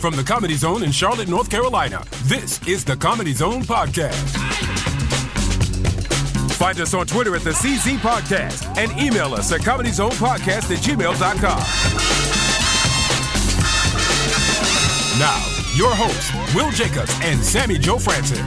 From the Comedy Zone in Charlotte, North Carolina, this is the Comedy Zone Podcast. Find us on Twitter at the CZ Podcast and email us at comedyzonepodcast at gmail.com. Now, your hosts, Will Jacobs and Sammy Joe Francis.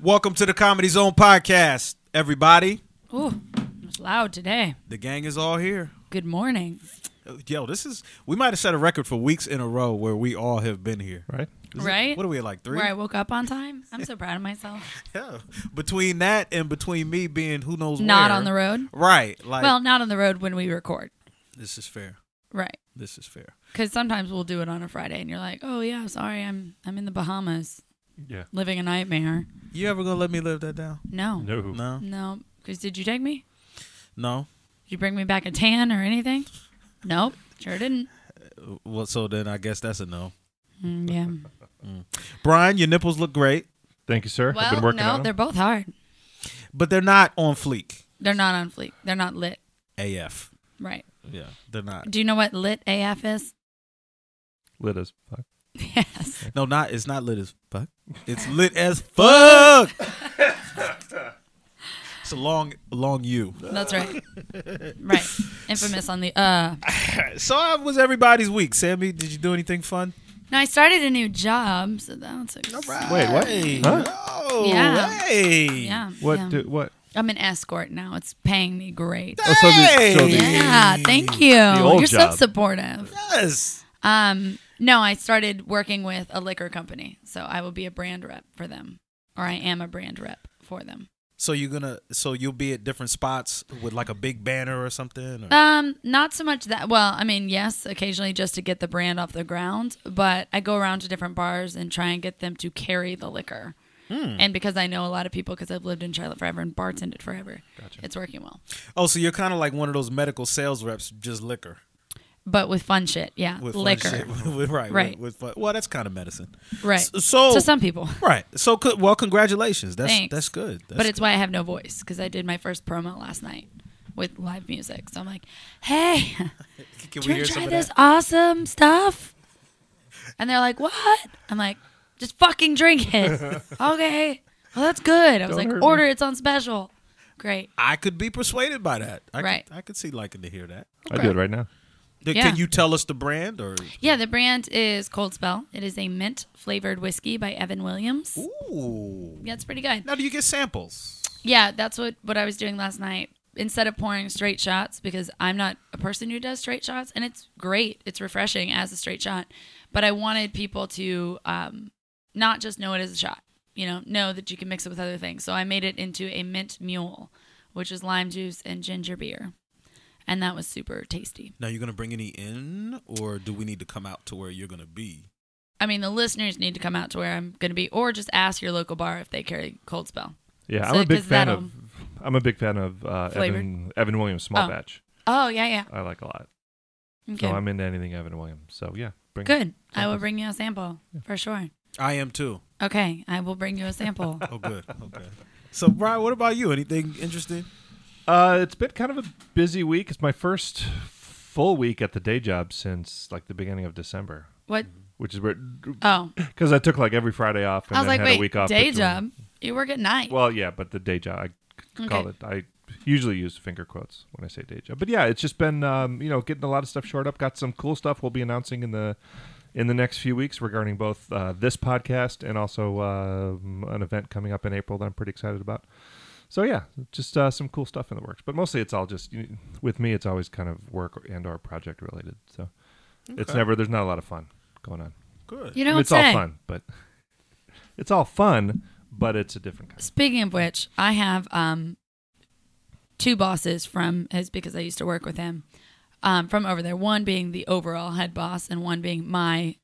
Welcome to the Comedy Zone podcast, everybody. Ooh, it's loud today. The gang is all here. Good morning. Uh, Yo, this is we might have set a record for weeks in a row where we all have been here. Right? right? what are we at, like, three? Where I woke up on time. I'm so proud of myself. Yeah. Between that and between me being who knows Not where. on the road. Right. Like Well, not on the road when we record. this is fair. Right. This is fair. Cuz sometimes we'll do it on a Friday and you're like, "Oh yeah, sorry. I'm I'm in the Bahamas Yeah. living a nightmare." You ever gonna let me live that down? No. No. No. No. Cuz did you take me? No. Did you bring me back a tan or anything? Nope. Sure didn't. Uh, Well, so then I guess that's a no. Mm, yeah. Brian, your nipples look great, Thank you, sir. I've Well, been working no, on they're them. both hard. but they're not on fleek. They're not on fleek. They're not lit. AF. Right. Yeah. They're not. Do you know what lit AF is? Lit as fuck. Yes. No, not it's not lit as fuck. It's lit as fuck. it's a long, long U. That's right. right. Infamous on the uh So how was everybody's week, Sammy? Did you do anything fun? No, I started a new job, so that's ex- Wait, what? Huh? Oh, Yeah. hey. yeah. What? yeah. Do, what? I'm an escort now. It's paying me great. Oh, so the, so the, Yeah, thank you. old You're so job. supportive. Yes. Um, no, I started working with a liquor company, so I will be a brand rep for them, or I am a brand rep for them. So you're gonna, so you'll be at different spots with like a big banner or something. Or? Um, not so much that. Well, I mean, yes, occasionally just to get the brand off the ground, but I go around to different bars and try and get them to carry the liquor. Hmm. And because I know a lot of people, because I've lived in Charlotte forever and bartended forever, it's working well. oh, so you're kind of like one of those medical sales reps, just liquor. But with fun shit, yeah, With fun liquor, shit. With- right, Right. With, with fun. Well, that's kind of medicine. right? S- so- to some people, Right. So, co- well, congratulations. That's Thanks. that's good. That's but it's why I have no voice because I did my first promo last night with live music. So I'm like, hey, Can do you want to try this awesome stuff? And they're like, what? I'm like, just fucking drink it. okay. Well, that's good. I was Don't hurt like, me. order, it's on special. Great. I could be persuaded by that. I Right. Could, I could see liking to hear that. I do it right now. Th- Yeah. Can you tell us the brand or? Yeah, the brand is Cold Spell. It is a mint flavored whiskey by Evan Williams. Ooh. Yeah, it's pretty good. Now, do you get samples? Yeah, that's what what I was doing last night. Instead of pouring straight shots, because I'm not a person who does straight shots, and it's great, it's refreshing as a straight shot. But I wanted people to um, not just know it as a shot, you know, know that you can mix it with other things. So I made it into a mint mule, which is lime juice and ginger beer, and that was super tasty. Now, you're gonna bring any in, or do we need to come out to where you're gonna be? I mean, the listeners need to come out to where I'm going to be, or just ask your local bar if they carry Cold Spell. Yeah, So, I'm a big 'cause fan that'll- of. I'm a big fan of uh, Flavored. Evan Evan Williams small Oh. batch. Oh yeah, yeah. I like a lot. Okay, So I'm into anything Evan Williams. So yeah, bring it. good. I will bring you a sample for sure. I am too. Okay, I will bring you a sample. Oh, good. okay. So, Brian, what about you? Anything interesting? Uh, it's been kind of a busy week. It's my first full week at the day job since like the beginning of December, Mm-hmm. what? which is where Oh, because I took like every Friday off. And I was then like, had wait, a week off day between- job? You work at night? Well, yeah, but the day job, I c- call Okay. it. I usually use finger quotes when I say day job. But yeah, it's just been um, you know getting a lot of stuff shored up. Got some cool stuff we'll be announcing in the in the next few weeks regarding both uh, this podcast and also um, an event coming up in April that I'm pretty excited about. So yeah, just uh, some cool stuff in the works. But mostly it's all just you- with me. It's always kind of work and or project related. So it's Okay. never there's not a lot of fun going on. Good. you I mean, don't it's say. all fun, but it's all fun, but it's a different kind. Speaking of which, I have um, two bosses from is because I used to work with him um, from over there. One being the overall head boss, and one being my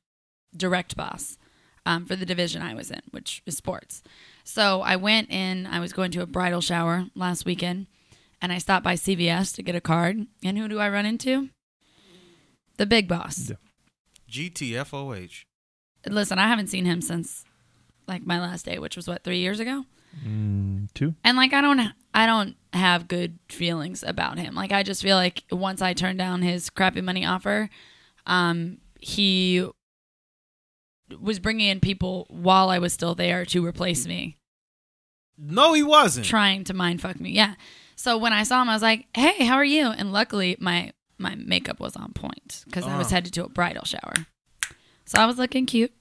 direct boss um, for the division I was in, which is sports. So I went in. I was going to a bridal shower last weekend, and I stopped by CVS to get a card. And who do I run into? The big boss. GTFOH. Listen, I haven't seen him since like my last day, which was what three years ago. Two. And like I don't I don't have good feelings about him. Like I just feel like once I turned down his crappy money offer, um he was bringing in people while I was still there to replace me, No, he wasn't. trying to mind fuck me. Yeah. So when I saw him, I was like, "Hey, how are you?" And luckily, my my makeup was on point because I was Oh. headed to a bridal shower, so I was looking cute.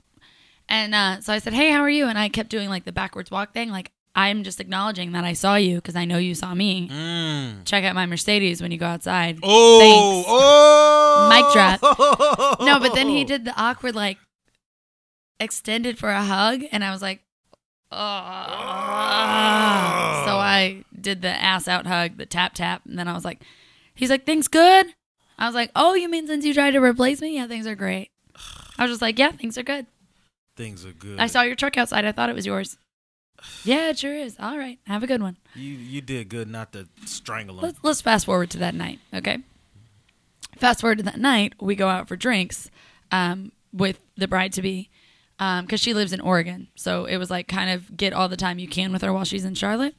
And uh, so I said, "Hey, how are you?" And I kept doing like the backwards walk thing, like I'm just acknowledging that I saw you because I know you saw me. Mm. Check out my Mercedes when you go outside. Oh, Thanks. oh, Mic drop. drop. No, but Oh. then he did the awkward like extended for a hug, and I was like, oh. So I did the ass out hug, the tap tap, and then I was like, he's like, things good. I was like, oh, you mean since you tried to replace me, yeah, things are great. I was just like, yeah, things are good. Things are good. I saw your truck outside. I thought it was yours. Yeah, it sure is. All right, have a good one. you. You did good not to strangle him. Let's let's fast forward to that night, okay? Fast forward to that night, we go out for drinks um, with the bride to be, because she lives in Oregon, so it was like kind of get all the time you can with her while she's in Charlotte,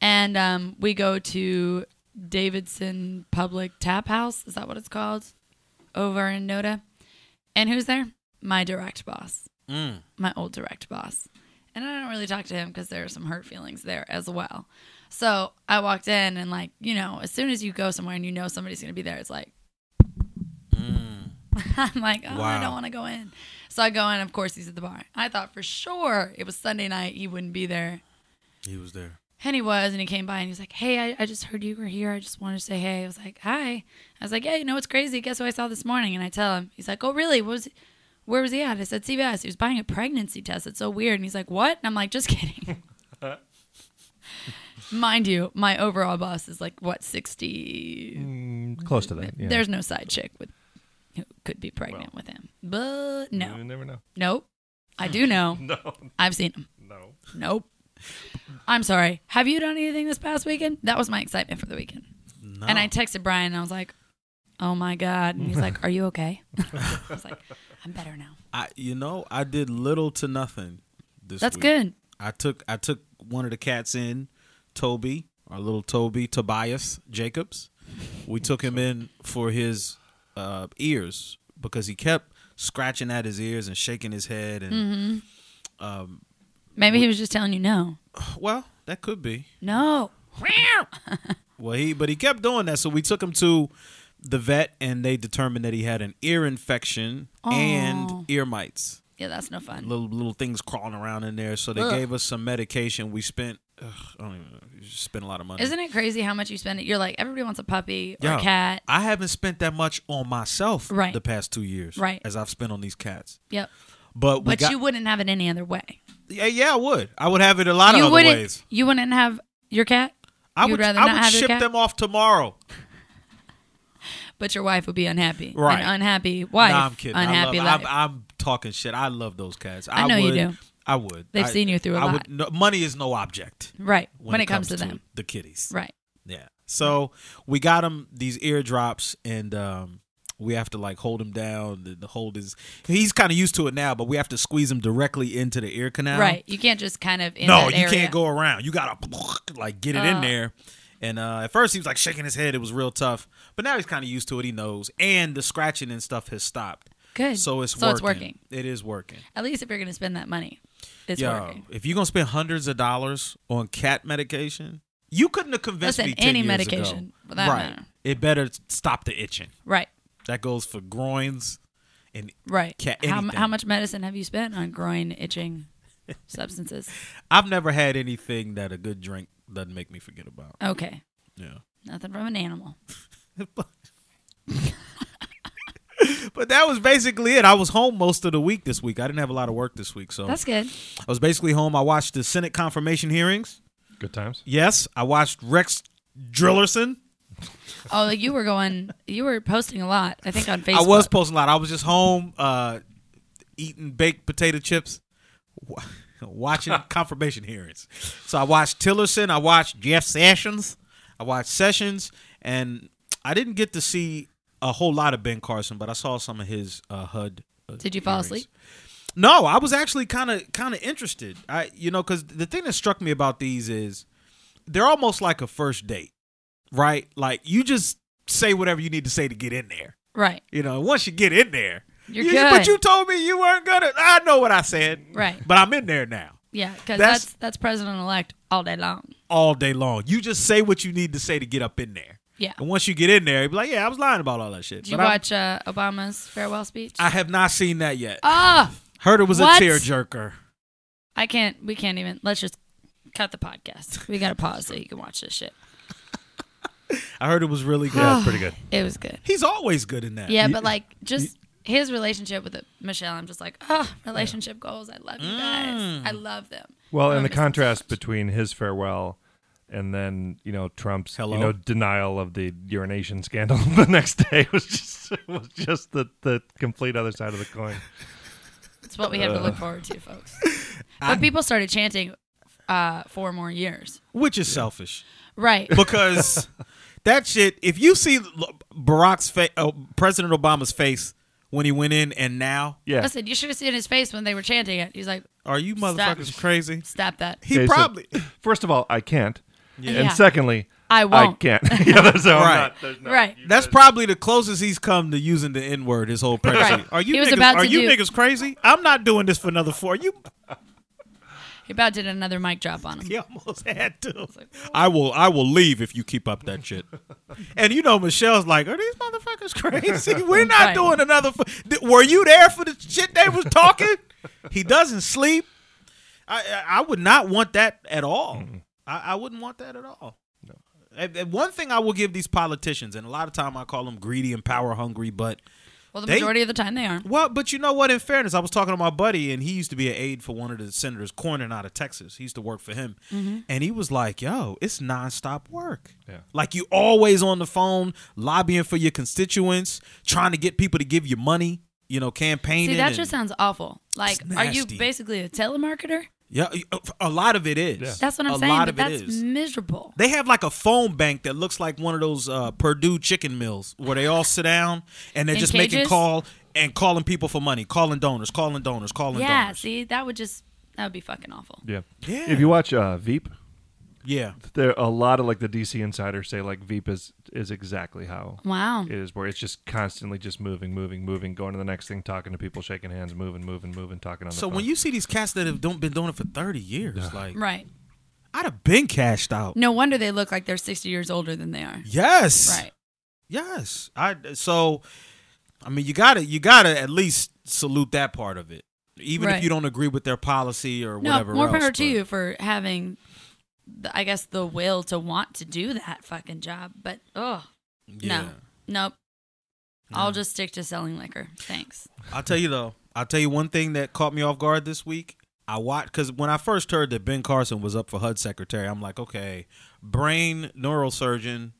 and um, we go to Davidson Public Tap House, is that what it's called, over in Noda, and who's there? My direct boss, Mm. my old direct boss, and I don't really talk to him because there are some hurt feelings there as well. So I walked in and like, you know, as soon as you go somewhere and you know somebody's gonna be there, it's like I'm like, oh, I don't Wow. wanna go in. So I go in, of course he's at the bar. I thought for sure it was Sunday night, he wouldn't be there. He was there. And he was, and he came by and he was like, Hey, I, I just heard you were here. I just wanted to say hey. I was like, Hi. I was like, Yeah, you know what's crazy? Guess who I saw this morning? And I tell him, he's like, Oh, really? What was where was he at? I said, CVS. He was buying a pregnancy test. It's so weird. And he's like, What? And I'm like, just kidding. Mind you, my overall boss is like what, sixty Close to that. Mm, Yeah. there's no side chick with who could be pregnant with him. But no. You never know. Nope. I do know. No. I've seen him. No. Nope. I'm sorry. Have you done anything this past weekend? That was my excitement for the weekend. No. And I texted Brian and I was like, Oh my God. And he's like, Are you okay? I was like, I'm better now. I, you know, I did little to nothing. This That's week. good. I took I took one of the cats in, Toby, our little Toby Tobias Jacobs. We took him in for his uh, ears because he kept scratching at his ears and shaking his head, and Mm-hmm. Maybe he was just telling you no. well, that could be. No. Well, he but he kept doing that, so we took him to the vet, and they determined that he had an ear infection Oh. and ear mites. Yeah, that's no fun. little little things crawling around in there. So they Ugh. gave us some medication. We spent ugh, I don't even know, you just spent a lot of money. Isn't it crazy how much you spend? You're like, everybody wants a puppy or Yeah. a cat. I haven't spent that much on myself Right. the past two years, Right. As I've spent on these cats, Yep. but we But got, you wouldn't have it any other way. yeah, yeah, I would. I would have it a lot you of other wouldn't. ways. You wouldn't have your cat. I you'd would. rather I not would have your ship cat? them off tomorrow. But your wife would be unhappy. Right. An unhappy wife. nah, I'm kidding. Unhappy I love, life. I'm, I'm talking shit. I love those cats. I I, know you would, do. I would. They've I- seen you through a I lot. Would, no, money is no object right. When, it comes, to them. the kitties. Right. Yeah. So we got him these eardrops, and um, we have to like hold him down and hold his. He's kind of used to it now, but we have to squeeze him directly into the ear canal. Right. You can't just kind of. In no, that you area. can't go around. You gotta like get it in there. And uh, at first he was like shaking his head. It was real tough, but now he's kind of used to it. He knows, and the scratching and stuff has stopped. Good. So it's so working. it's working. It is working. At least if you're going to spend that money, it's Yeah. working. If you're gonna spend hundreds of dollars on cat medication, you couldn't have convinced Listen, me 10 any years medication, ago. for that right. matter. It better stop the itching. Right. That goes for groins and Right. Cat- how, anything. how much medicine have you spent on groin itching substances? I've never had anything that a good drink doesn't make me forget about. Okay. Yeah. Nothing from an animal. But that was basically it. I was home most of the week this week. I didn't have a lot of work this week, so That's good. I was basically home. I watched the Senate confirmation hearings. Good times. Yes, I watched Rex Drillerson. Oh, like you were going, you were posting a lot, I think, on Facebook. I was posting a lot. I was just home uh, eating baked potato chips, wa- watching confirmation hearings. So I watched Tillerson. I watched Jeff Sessions. I watched Sessions, and I didn't get to see a whole lot of Ben Carson, but I saw some of his uh, HUD. uh, Did you fall hearings. asleep? No, I was actually kind of kind of interested. I you know because the thing that struck me about these is they're almost like a first date, right? Like you just say whatever you need to say to get in there. Right. You know, once you get in there, You're you- good. But you told me you weren't gonna. I know what I said. Right. But I'm in there now Yeah, because That's- that's, that's president elect all day long. all day long. You just say what you need to say to get up in there. Yeah. And once you get in there, you be like, yeah, I was lying about all that shit. Did you But I'm- watch uh, Obama's farewell speech? I have not seen that yet. Ah, Heard it was What? a tearjerker. I can't. We can't even. Let's just cut the podcast. We gotta pause so you can watch this shit. I heard it was really good. Yeah, it's pretty good. It was good. He's always good in that. Yeah, but like just his relationship with Michelle, I'm just like, oh, relationship goals. I love you guys. Mm. I love them. Well, I and the miss them so contrast much. between his farewell and then you know Trump's Hello? you know denial of the urination scandal the next day was just was just the the complete other side of the coin. It's what we have to look forward to, folks. But people started chanting uh, four more years. Which is selfish. Right. because that shit. If you see L- Barack's face, uh, President Obama's face when he went in, and now, Yeah, Listen, you should have seen his face when they were chanting it. He's like, are you motherfuckers Stop. crazy? stop that. He Okay, so- probably first of all, I can't, Yeah. and secondly, I won't. can't. yeah, that's how Right. I'm not, there's no, Right. that's probably the closest he's come to using the N word his whole presidency. Right. Are you He was niggas, about are to you do- niggas crazy? I'm not doing this for another four. You, He about did another mic drop on him. he almost had to. I will. I will leave if you keep up that shit. and you know, Michelle's like, are these motherfuckers crazy? We're not Right. doing another. Fo- Th- Were you there for the shit they was talking? he doesn't sleep. I I- I would not want that at all. I, I wouldn't want that at all. And- and One thing I will give these politicians, and a lot of time I call them greedy and power hungry, but Well, the They- majority of the time they aren't. well, but you know what? In fairness, I was talking to my buddy, and he used to be an aide for one of the senators, Cornyn out of Texas. He used to work for him, Mm-hmm. and he was like, "Yo, it's nonstop work. Yeah. Like you always on the phone, lobbying for your constituents, trying to get people to give you money. You know, campaigning. See, that and- just sounds awful. Like, It's are you nasty. basically a telemarketer? yeah, uh, a lot of it is. Yeah. That's what I'm a saying. lot but of it that's is. miserable. They have like a phone bank that looks like one of those uh, Purdue chicken mills where they all sit down and they're In just making cages? call and calling people for money, calling donors, calling donors, calling Yeah. donors. See, that would just that would be fucking awful. Yeah. Yeah. If you watch uh, Veep, Yeah. there a lot of like the DC insiders say like Veep is is exactly how Wow. it is, where it's just constantly just moving, moving, moving, going to the next thing, talking to people, shaking hands, moving, moving, moving, talking on the So phone. when you see these cats that have don't been doing it for thirty years, like Right. I'd have been cashed out. No wonder they look like they're 60 years older than they are. Yes, Right. Yes, I. So, I mean, you gotta you gotta at least salute that part of it, even Right. if you don't agree with their policy or No, whatever. more else, power but- to you for having, the, I guess, the will to want to do that fucking job. But oh Yeah. no, nope. I'll just stick to selling liquor. Thanks. I'll tell you though. I'll tell you one thing that caught me off guard this week. I watched because when I first heard that Ben Carson was up for HUD secretary, I'm like, okay, brain neurosurgeon,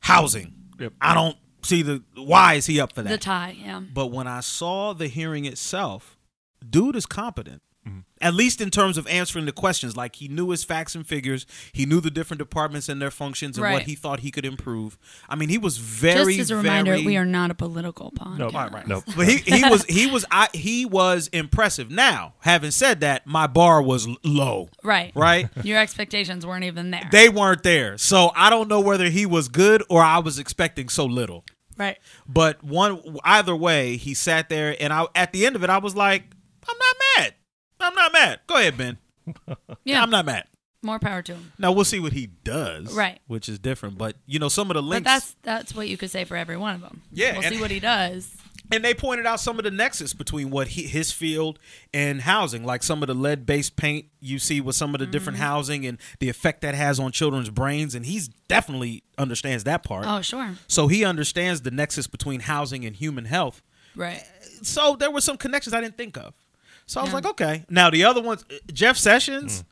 housing. Yep. I don't see the why is he up for that. The tie, yeah. But when I saw the hearing itself, dude is competent. At least in terms of answering the questions, like he knew his facts and figures, he knew the different departments and their functions and what Right. he thought he could improve. I mean, he was very, just as a reminder, very, we are not a political podcast. nope, nope. But he, he was he was I, he was impressive. Now, having said that, my bar was l- low, Right. right? Your expectations weren't even there. they weren't there, so I don't know whether he was good or I was expecting so little. right. But one either way, he sat there, and I at the end of it, I was like, I'm not mad. I'm not mad. Go ahead, Ben. Yeah. I'm not mad. More power to them. Now we'll see what he does, Right. Which is different, but you know some of the links, But that's that's what you could say for every one of them. Yeah, We'll and- see what he does. and they pointed out some of the nexus between what he, his field and housing, like some of the lead-based paint you see with some of the different Mm-hmm. housing and the effect that has on children's brains, and he's definitely understands that part. Oh, sure. So he understands the nexus between housing and human health. Right. so there were some connections I didn't think of. So I was Yeah. Hmm. like, okay. Now the other ones, uh, Jeff Sessions.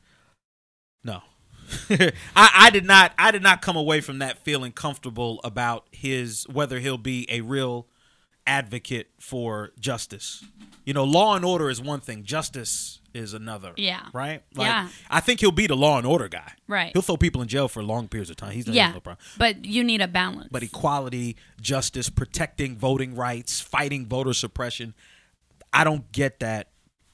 No, I, I did not. I did not come away from that feeling comfortable about his whether he'll be a real advocate for justice. You know, law and order is one thing; justice is another. Yeah. Right. Yeah. I think he'll be the law and order guy. Right. He'll throw people in jail for long periods of time. He's not Yeah. no problem But you need a balance. but equality, justice, protecting voting rights, fighting voter suppression. I don't get that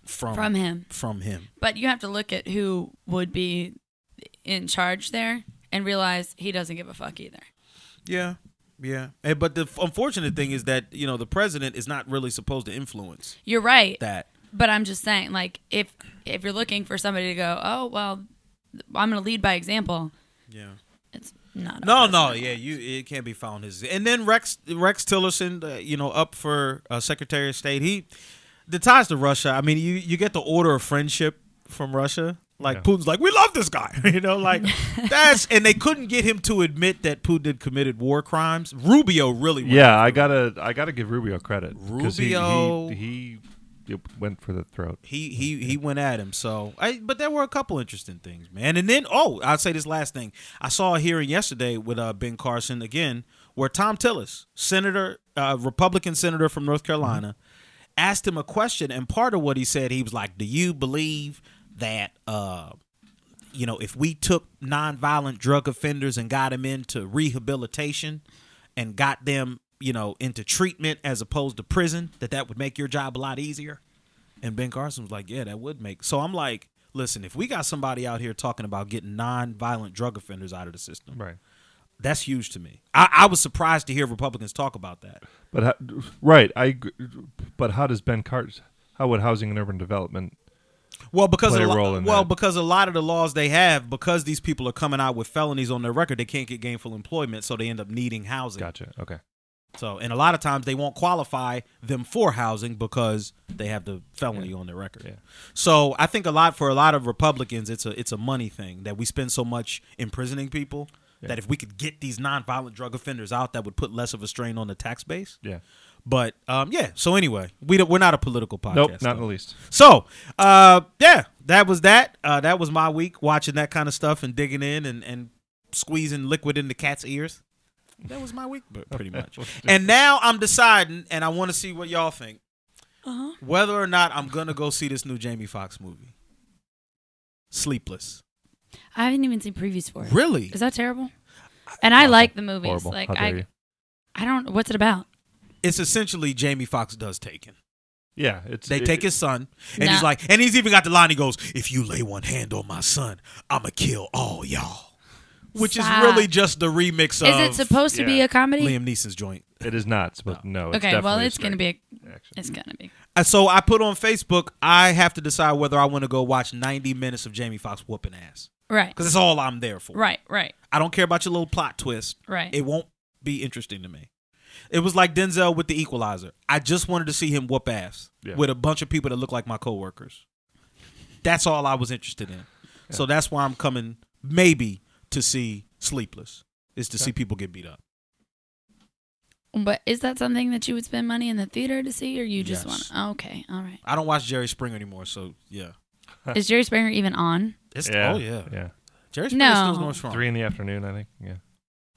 from From him. From him. But you have to look at who would be in charge there and realize he doesn't give a fuck either. Yeah. Yeah. And, but the f- unfortunate thing is that, you know, the president is not really supposed to influence You're right. that. But I'm just saying, like, if if you're looking for somebody to go, oh well, I'm going to lead by example. Yeah. It's not. a No, person. no, yeah, you it can't be found his. And then Rex Rex Tillerson, uh, you know, up for uh, Secretary of State. He the ties to Russia. I mean, you you get the order of friendship from Russia. Like Yeah. Putin's like, we love this guy, you know, like that's and they couldn't get him to admit that Putin had committed war crimes. Rubio really, went Yeah, I gotta I gotta give Rubio credit. 'cause he- Rubio- he, he, it went for the throat. he he he went at him. So, I, but there were a couple interesting things, man. And then, oh, I'll say this last thing. I saw a hearing yesterday with uh, Ben Carson again, where Tom Tillis, senator, uh, Republican senator from North Carolina, asked him a question, and part of what he said, he was like, "Do you believe that?" Uh, you know, if we took nonviolent drug offenders and got them into rehabilitation and got them, you know, into treatment as opposed to prison, that that would make your job a lot easier. And Ben Carson was like, yeah, that would make. So I'm like, listen, if we got somebody out here talking about getting nonviolent drug offenders out of the system, Right. that's huge to me. I, I was surprised to hear Republicans talk about that. But how, right, I. gr- But how does Ben Cart? How would housing and urban development? Well, because Play a a lo- role in well, that. because a lot of the laws they have, because these people are coming out with felonies on their record, they can't get gainful employment, so they end up needing housing. Gotcha. Okay. So, and a lot of times they won't qualify them for housing because they have the felony on their record. Yeah. So, I think a lot for a lot of Republicans, it's a it's a money thing that we spend so much imprisoning people that if we could get these nonviolent drug offenders out, that would put less of a strain on the tax base. Yeah. But um, yeah. So anyway, we don't, we're not a political podcast. Nope. Not in though. the least. So, uh, yeah, that was that. Uh, that was my week watching that kind of stuff and digging in and, and squeezing liquid into cat's ears. That was my week, but pretty much. and now I'm deciding, and I want to see what y'all think, Uh-huh. whether or not I'm gonna go see this new Jamie Foxx movie, Sleepless. I haven't even seen previews for it. Really? Is that terrible? And I like the movies. Horrible. Like how dare I, you? I don't. What's it about? It's essentially Jamie Foxx does Taken. Yeah. It's They it- take his son, and he's Nah. like, and he's even got the line. He goes, "If you lay one hand on my son, I'ma kill all y'all," which is Stop. really just the remix of. Is it supposed to be yeah. a comedy? Liam Neeson's joint. It is not. But no. it's okay, well, definitely it's gonna be. straight A, action. it's gonna be. Uh, So I put on Facebook, I have to decide whether I want to go watch 90 minutes of Jamie Foxx whooping ass. Right. Because that's all I'm there for. Right. Right. I don't care about your little plot twist. Right. It won't be interesting to me. It was like Denzel with the equalizer. I just wanted to see him whoop ass Yeah. with a bunch of people that look like my coworkers. That's all I was interested in. So that's why I'm coming maybe to see Sleepless, is to see people get beat up. But is that something that you would spend money in the theater to see, or you just Yes. want? Oh, Okay. All right. I don't watch Jerry Springer anymore, so yeah. Is Jerry Springer even on? It's, Yeah, Oh, yeah. Yeah. Jerry Springer No. still knows from. Three in the afternoon, I think. Yeah.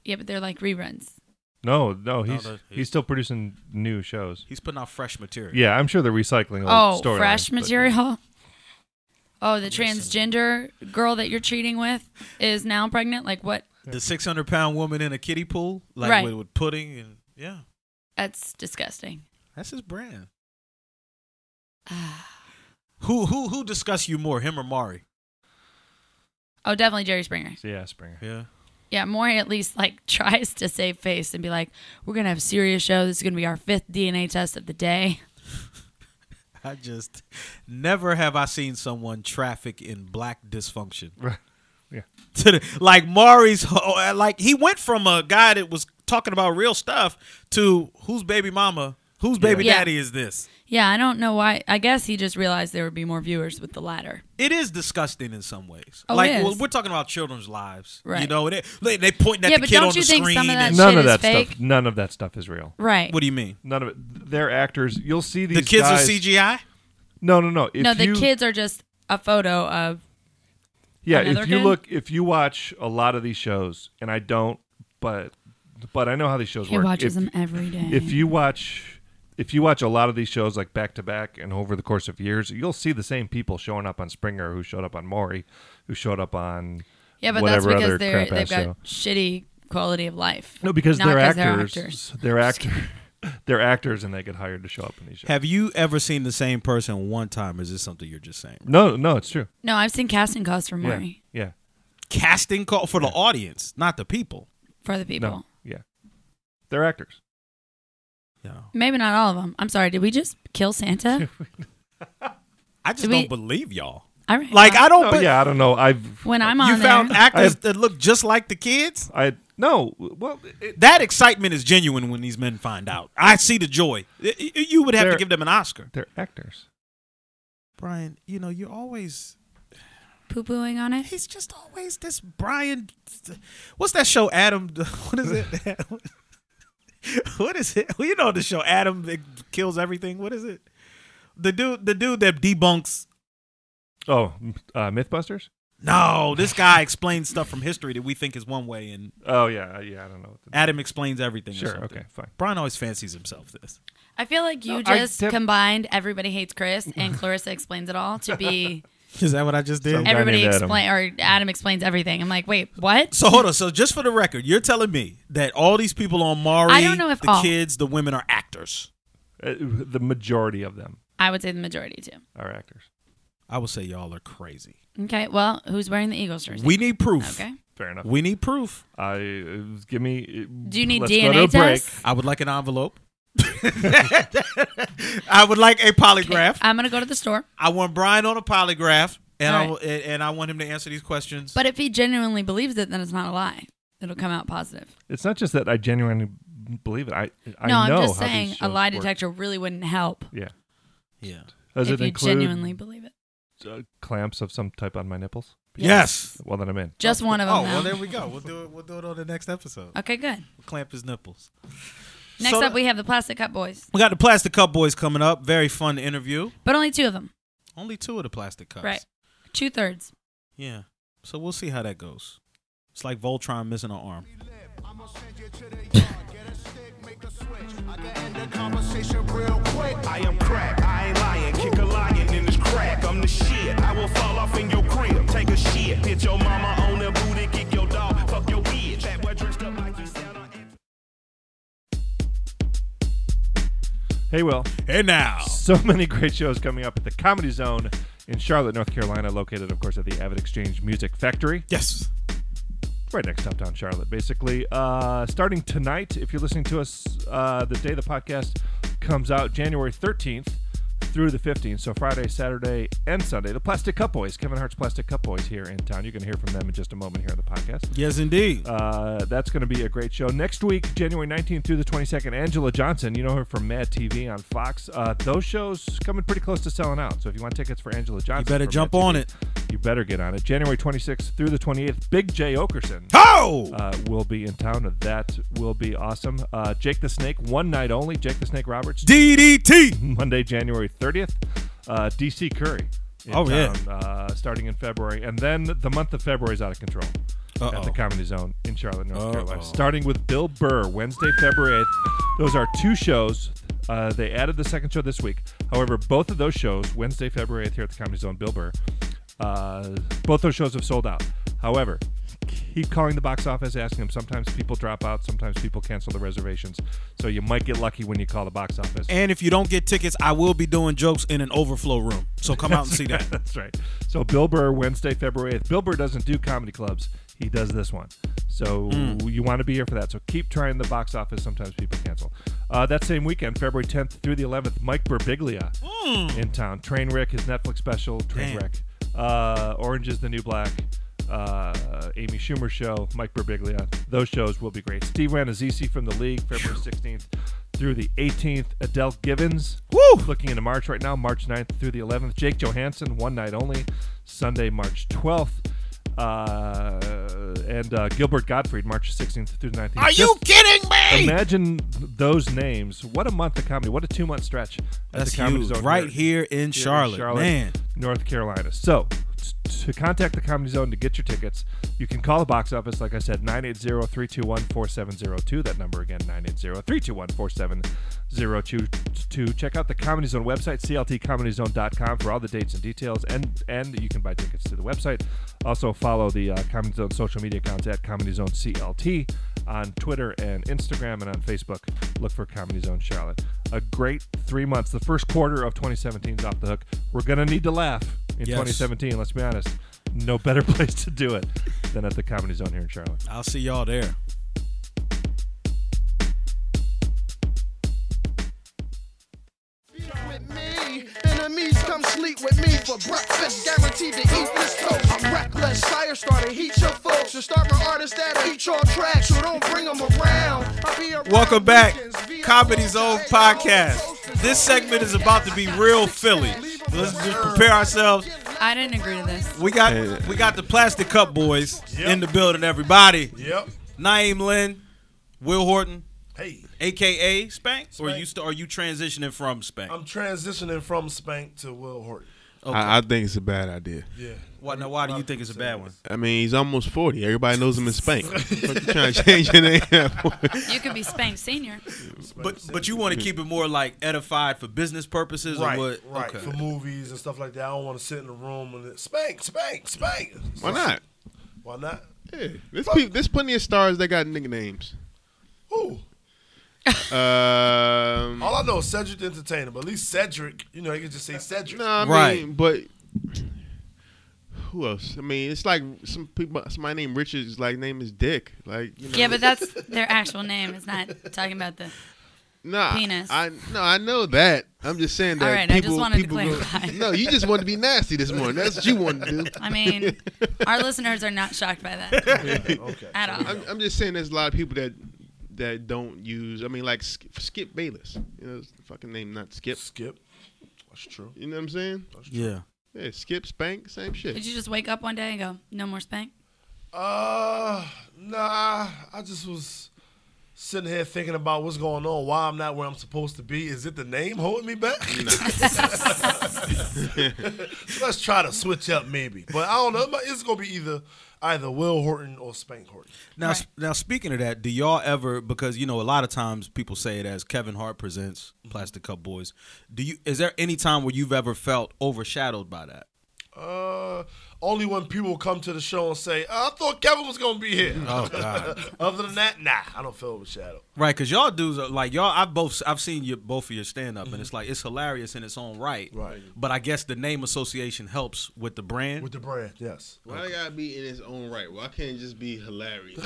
Yeah, but they're like reruns. No, no, he's that- he's still producing new shows. He's putting out fresh material. Yeah, I'm sure they're recycling Oh, old storylines, fresh but- material. Oh, the Listen. transgender girl that you're cheating with is now pregnant. Like what? The 600 pound woman in a kiddie pool, like Right. with, with pudding, and yeah, That's disgusting. that's his brand. Ah. Who who who disgusts you more, him or Mari? Oh, definitely Jerry Springer. Yeah, Springer. Yeah. Yeah, Maury at least like tries to save face and be like, "We're gonna have a serious show. This is gonna be our fifth DNA test of the day." I just never have I seen someone traffic in black dysfunction. Right. Yeah. To the, like Mari's, ho- uh, like he went from a guy that was talking about real stuff to whose baby mama, whose baby Yeah. daddy is this? Yeah, I don't know why. I guess he just realized there would be more viewers with the latter. It is disgusting in some ways. Oh, it like is. well, we're talking about children's lives, You Right. know, and they, they pointing at Yeah, the but kid don't on you the think screen. some of and- that None shit of that is fake. stuff. None of that stuff is real. Right. what do you mean? None of it. They're actors. You'll see these The kids guys. are CGI. No, no, no. If no, the you, kids are just a photo of. Yeah, another if you kid? look, if you watch a lot of these shows, and I don't, but but I know how these shows He work. watches if, them every day. if you watch if you watch a lot of these shows like back to back and over the course of years, you'll see the same people showing up on Springer, who showed up on Maury, who showed up on yeah, but that's whatever because other they're crap ass they've got show. shitty quality of life. No, because Not they're 'cause actors. They're actors. they're actors and they get hired to show up in these shows. Have you ever seen the same person one time? Is this something you're just saying? no, no, it's true. No, I've seen casting calls for Yeah, Maury yeah, Casting call for the audience, not the people. for the people. no, yeah. They're actors. You know, Maybe not all of them. I'm sorry. Did we just kill Santa? I just Do don't we- believe y'all. All right. Like I don't. No, be- yeah, I don't know. I've when I'm on you there, found actors have- that look just like the kids. I no. Well, it, That excitement is genuine when these men find out. I see the joy. Y- y- You would have They're- to give them an Oscar. they're actors. Brian, you know, you're always. poo pooing on it. He's just always this Brian. What's that show, Adam? What is it? what is it? Well, you know the show, Adam that kills everything. What is it? The dude, the dude that debunks. Oh, uh, MythBusters. No, this guy explains stuff from history that we think is one way, and Oh yeah, yeah. I don't know. What to Adam explains everything. or sure. something. Okay. Fine. Brian always fancies himself this. I feel like you No, I just def- combined Everybody Hates Chris and Clarissa Explains It All to be Is that what I just did? Some- guy Everybody named Adam. Explain or Adam Explains Everything. I'm like, wait, what? So hold on. So just for the record, you're telling me that all these people on Mari, I don't know if the all. kids, the women are actors. Uh, the majority of them I would say the majority too. are actors. I would say y'all are crazy. Okay, well, who's wearing the Eagles jersey? We need proof. okay. Fair enough. We need proof. I uh, give me. Do you need let's go to a DNA break. tests? I would like an envelope. I would like a polygraph. I'm gonna go to the store. I want Brian on a polygraph, and I All w- and- and I want him to answer these questions. But if he genuinely believes it, then it's not a lie. It'll come out positive. It's not just that I genuinely believe it. I I no, know I'm just how these saying a shows lie work. detector really wouldn't help Yeah. yeah. Does if it you include genuinely believe it. uh, clamps of some type on my nipples? Yes. Well, then I'm in. Just one of them. Oh well, though. there we go. We'll do it. We'll do it on the next episode. Okay, good. Clamp his nipples. Next So- up, we have the Plastic Cup Boys, We got the Plastic Cup Boys coming up. Very fun interview. but only two of them. Only two of the Plastic Cups. Right. Two thirds. Yeah. So we'll see how that goes. It's like Voltron missing an arm. I'ma send you to the yard, get a stick, make a switch. I can end the conversation real quick. I am crack, I ain't lying, kick a lion in this crack. I'm the shit. I will fall off in your crib, take a shit. Hit your mama on the booty, kick your dog, fuck your bitch. That boy dressed up like you sound on X- Hey, Will. And now. So many great shows coming up at the Comedy Zone in Charlotte, North Carolina, located, of course, at the Avid Exchange Music Factory. Yes. right next to Uptown Charlotte, basically. Uh, starting tonight, if you're listening to us uh, the day the podcast comes out, January 13th through the 15th, so Friday, Saturday, and Sunday, the Plastic Cup Boys, Kevin Hart's Plastic Cup Boys here in town. You can hear from them in just a moment here on the podcast. Yes, indeed. Uh, that's going to be a great show. Next week, January 19th through the 22nd, Angela Johnson, you know her from Mad TV on Fox. Uh, those shows coming pretty close to selling out. So if you want tickets for Angela Johnson, better from jump Mad on TV, it. You better get on it. January 26th through the 28th, Big Jay Okerson oh! uh, will be in town. That will be awesome. Uh, Jake the Snake, one night only. Jake the Snake Roberts, DDT. Monday, January 30th. Uh, DC Curry. In Oh, yeah. town, uh, starting in February. And then the month of February is out of control Uh-oh. at the Comedy Zone in Charlotte, North Carolina. Uh-oh. Starting with Bill Burr, Wednesday, February 8th. Those are two shows. Uh, they added the second show this week. However, both of those shows, Wednesday, February 8th here at the Comedy Zone, Bill Burr, uh, both those shows have sold out. However, keep calling the box office, asking them. Sometimes people drop out, sometimes people cancel the reservations. So you might get lucky when you call the box office. And if you don't get tickets, I will be doing jokes in an overflow room. So come out and see that. That's right. So Bill Burr, Wednesday, February 8th. Bill Burr doesn't do comedy clubs. He does this one. So you want to be here for that. So keep trying the box office. Sometimes people cancel. Uh, that same weekend, February 10th through the 11th, Mike Birbiglia in town. Trainwreck, his Netflix special, Trainwreck. Uh, Orange is the New Black. Uh, Amy Schumer show, Mike Birbiglia. Those shows will be great. Steve Ranazzisi from the league, February 16th through the 18th. Adele Givens, Woo! looking into March right now, March 9th through the 11th. Jake Johansson, one night only, Sunday, March 12th. Uh, and uh, Gilbert Gottfried, March 16th through the 19th. Are you Just kidding me? Imagine those names. What a month of comedy. What a two month stretch. at That's the Comedy huge. Zone Right here in in Charlotte. Man. North Carolina. So, t- to contact the Comedy Zone to get your tickets, you can call the box office, like I said, 980 321 4702. That number again, 980 321 4702. Check out the Comedy Zone website, cltcomedyzone.com, for all the dates and details, and, and you can buy tickets through the website. Also, follow the uh, Comedy Zone social media accounts at Comedy Zone CLT on Twitter and Instagram and on Facebook. Look for Comedy Zone Charlotte. A great three months. The first quarter of 2017 is off the hook. We're going to need to laugh in Yes. 2017. Let's be honest. No better place to do it than at the Comedy Zone here in Charlotte. I'll see y'all there. with me. Enemies come sleep with me for breakfast. Guaranteed to eat this toast. I'm reckless. Fire starter, heat your folks. And start an artist that'll eat your tracks. So don't bring them around. I'll be around Welcome back, weekends via Comedy phone. Zone Hey, Podcast. This segment is about to be real Philly. Let's just prepare ourselves. I didn't agree to this. We got we got the plastic cup boys in the building. Everybody, Yep. Naeem Lynn, Will Horton, Hey, aka Spank, or Spank. you st- are you transitioning from Spank? I'm transitioning from Spank to Will Horton. I, I think it's a bad idea. Yeah. Why, now, why do you think it's a bad one? I mean, he's almost forty. Everybody knows him as Spank. Fuck you trying to change your name? at that point? You could be spanked senior. But but you want to keep it more like edified for business purposes, Right, or what? right. Okay. For movies and stuff like that, I don't want to sit in the room and it, spank, spank, spank. Why not? Why not? Yeah, there's, pe- there's plenty of stars that got nicknames. Ooh, Um, all I know is Cedric the Entertainer, but at least Cedric, you know, you can just say Cedric. no, I Right. mean, but who else? I mean, it's like some people. Somebody named Richard is like name is Dick. Like, you know, Yeah, but that's their actual name. It's not talking about the. nah, penis. I no, I know that. I'm just saying that. All right, I just people- wanted to people go- clarify. no, you just wanted to be nasty this morning. That's what you wanted to do. I mean, our listeners are not shocked by that Okay. at all. I'm, I'm just saying there's a lot of people that that don't use. I mean, like Sk- Skip Bayless. You know, his fucking name not Skip. Skip. That's true. You know what I'm saying? Yeah. Yeah, Skip Spank, same Did shit. you just wake up one day and go, no more spank? Uh, nah, I just was sitting here thinking about what's going on, why I'm not where I'm supposed to be. Is it the name holding me back? Let's try to switch up maybe. But I don't know. It might- It's going to be either either Will Horton or Spank Horton. Now, Right. now speaking of that, do y'all ever because you know a lot of times people say it as Kevin Hart presents Plastic Cup Boys. Do you is there any time where you've ever felt overshadowed by that? Uh, only when people come to the show and say, "I thought Kevin was gonna be here." Oh God! Other than that, nah, I don't feel overshadowed. right, because y'all dudes are like y'all. I've both I've seen you both of your stand up, and it's like it's hilarious in its own Mm-hmm. right. Right. But I guess the name association helps with the brand. With the brand, yes. Why they gotta be in his own right? Why can't it just be hilarious?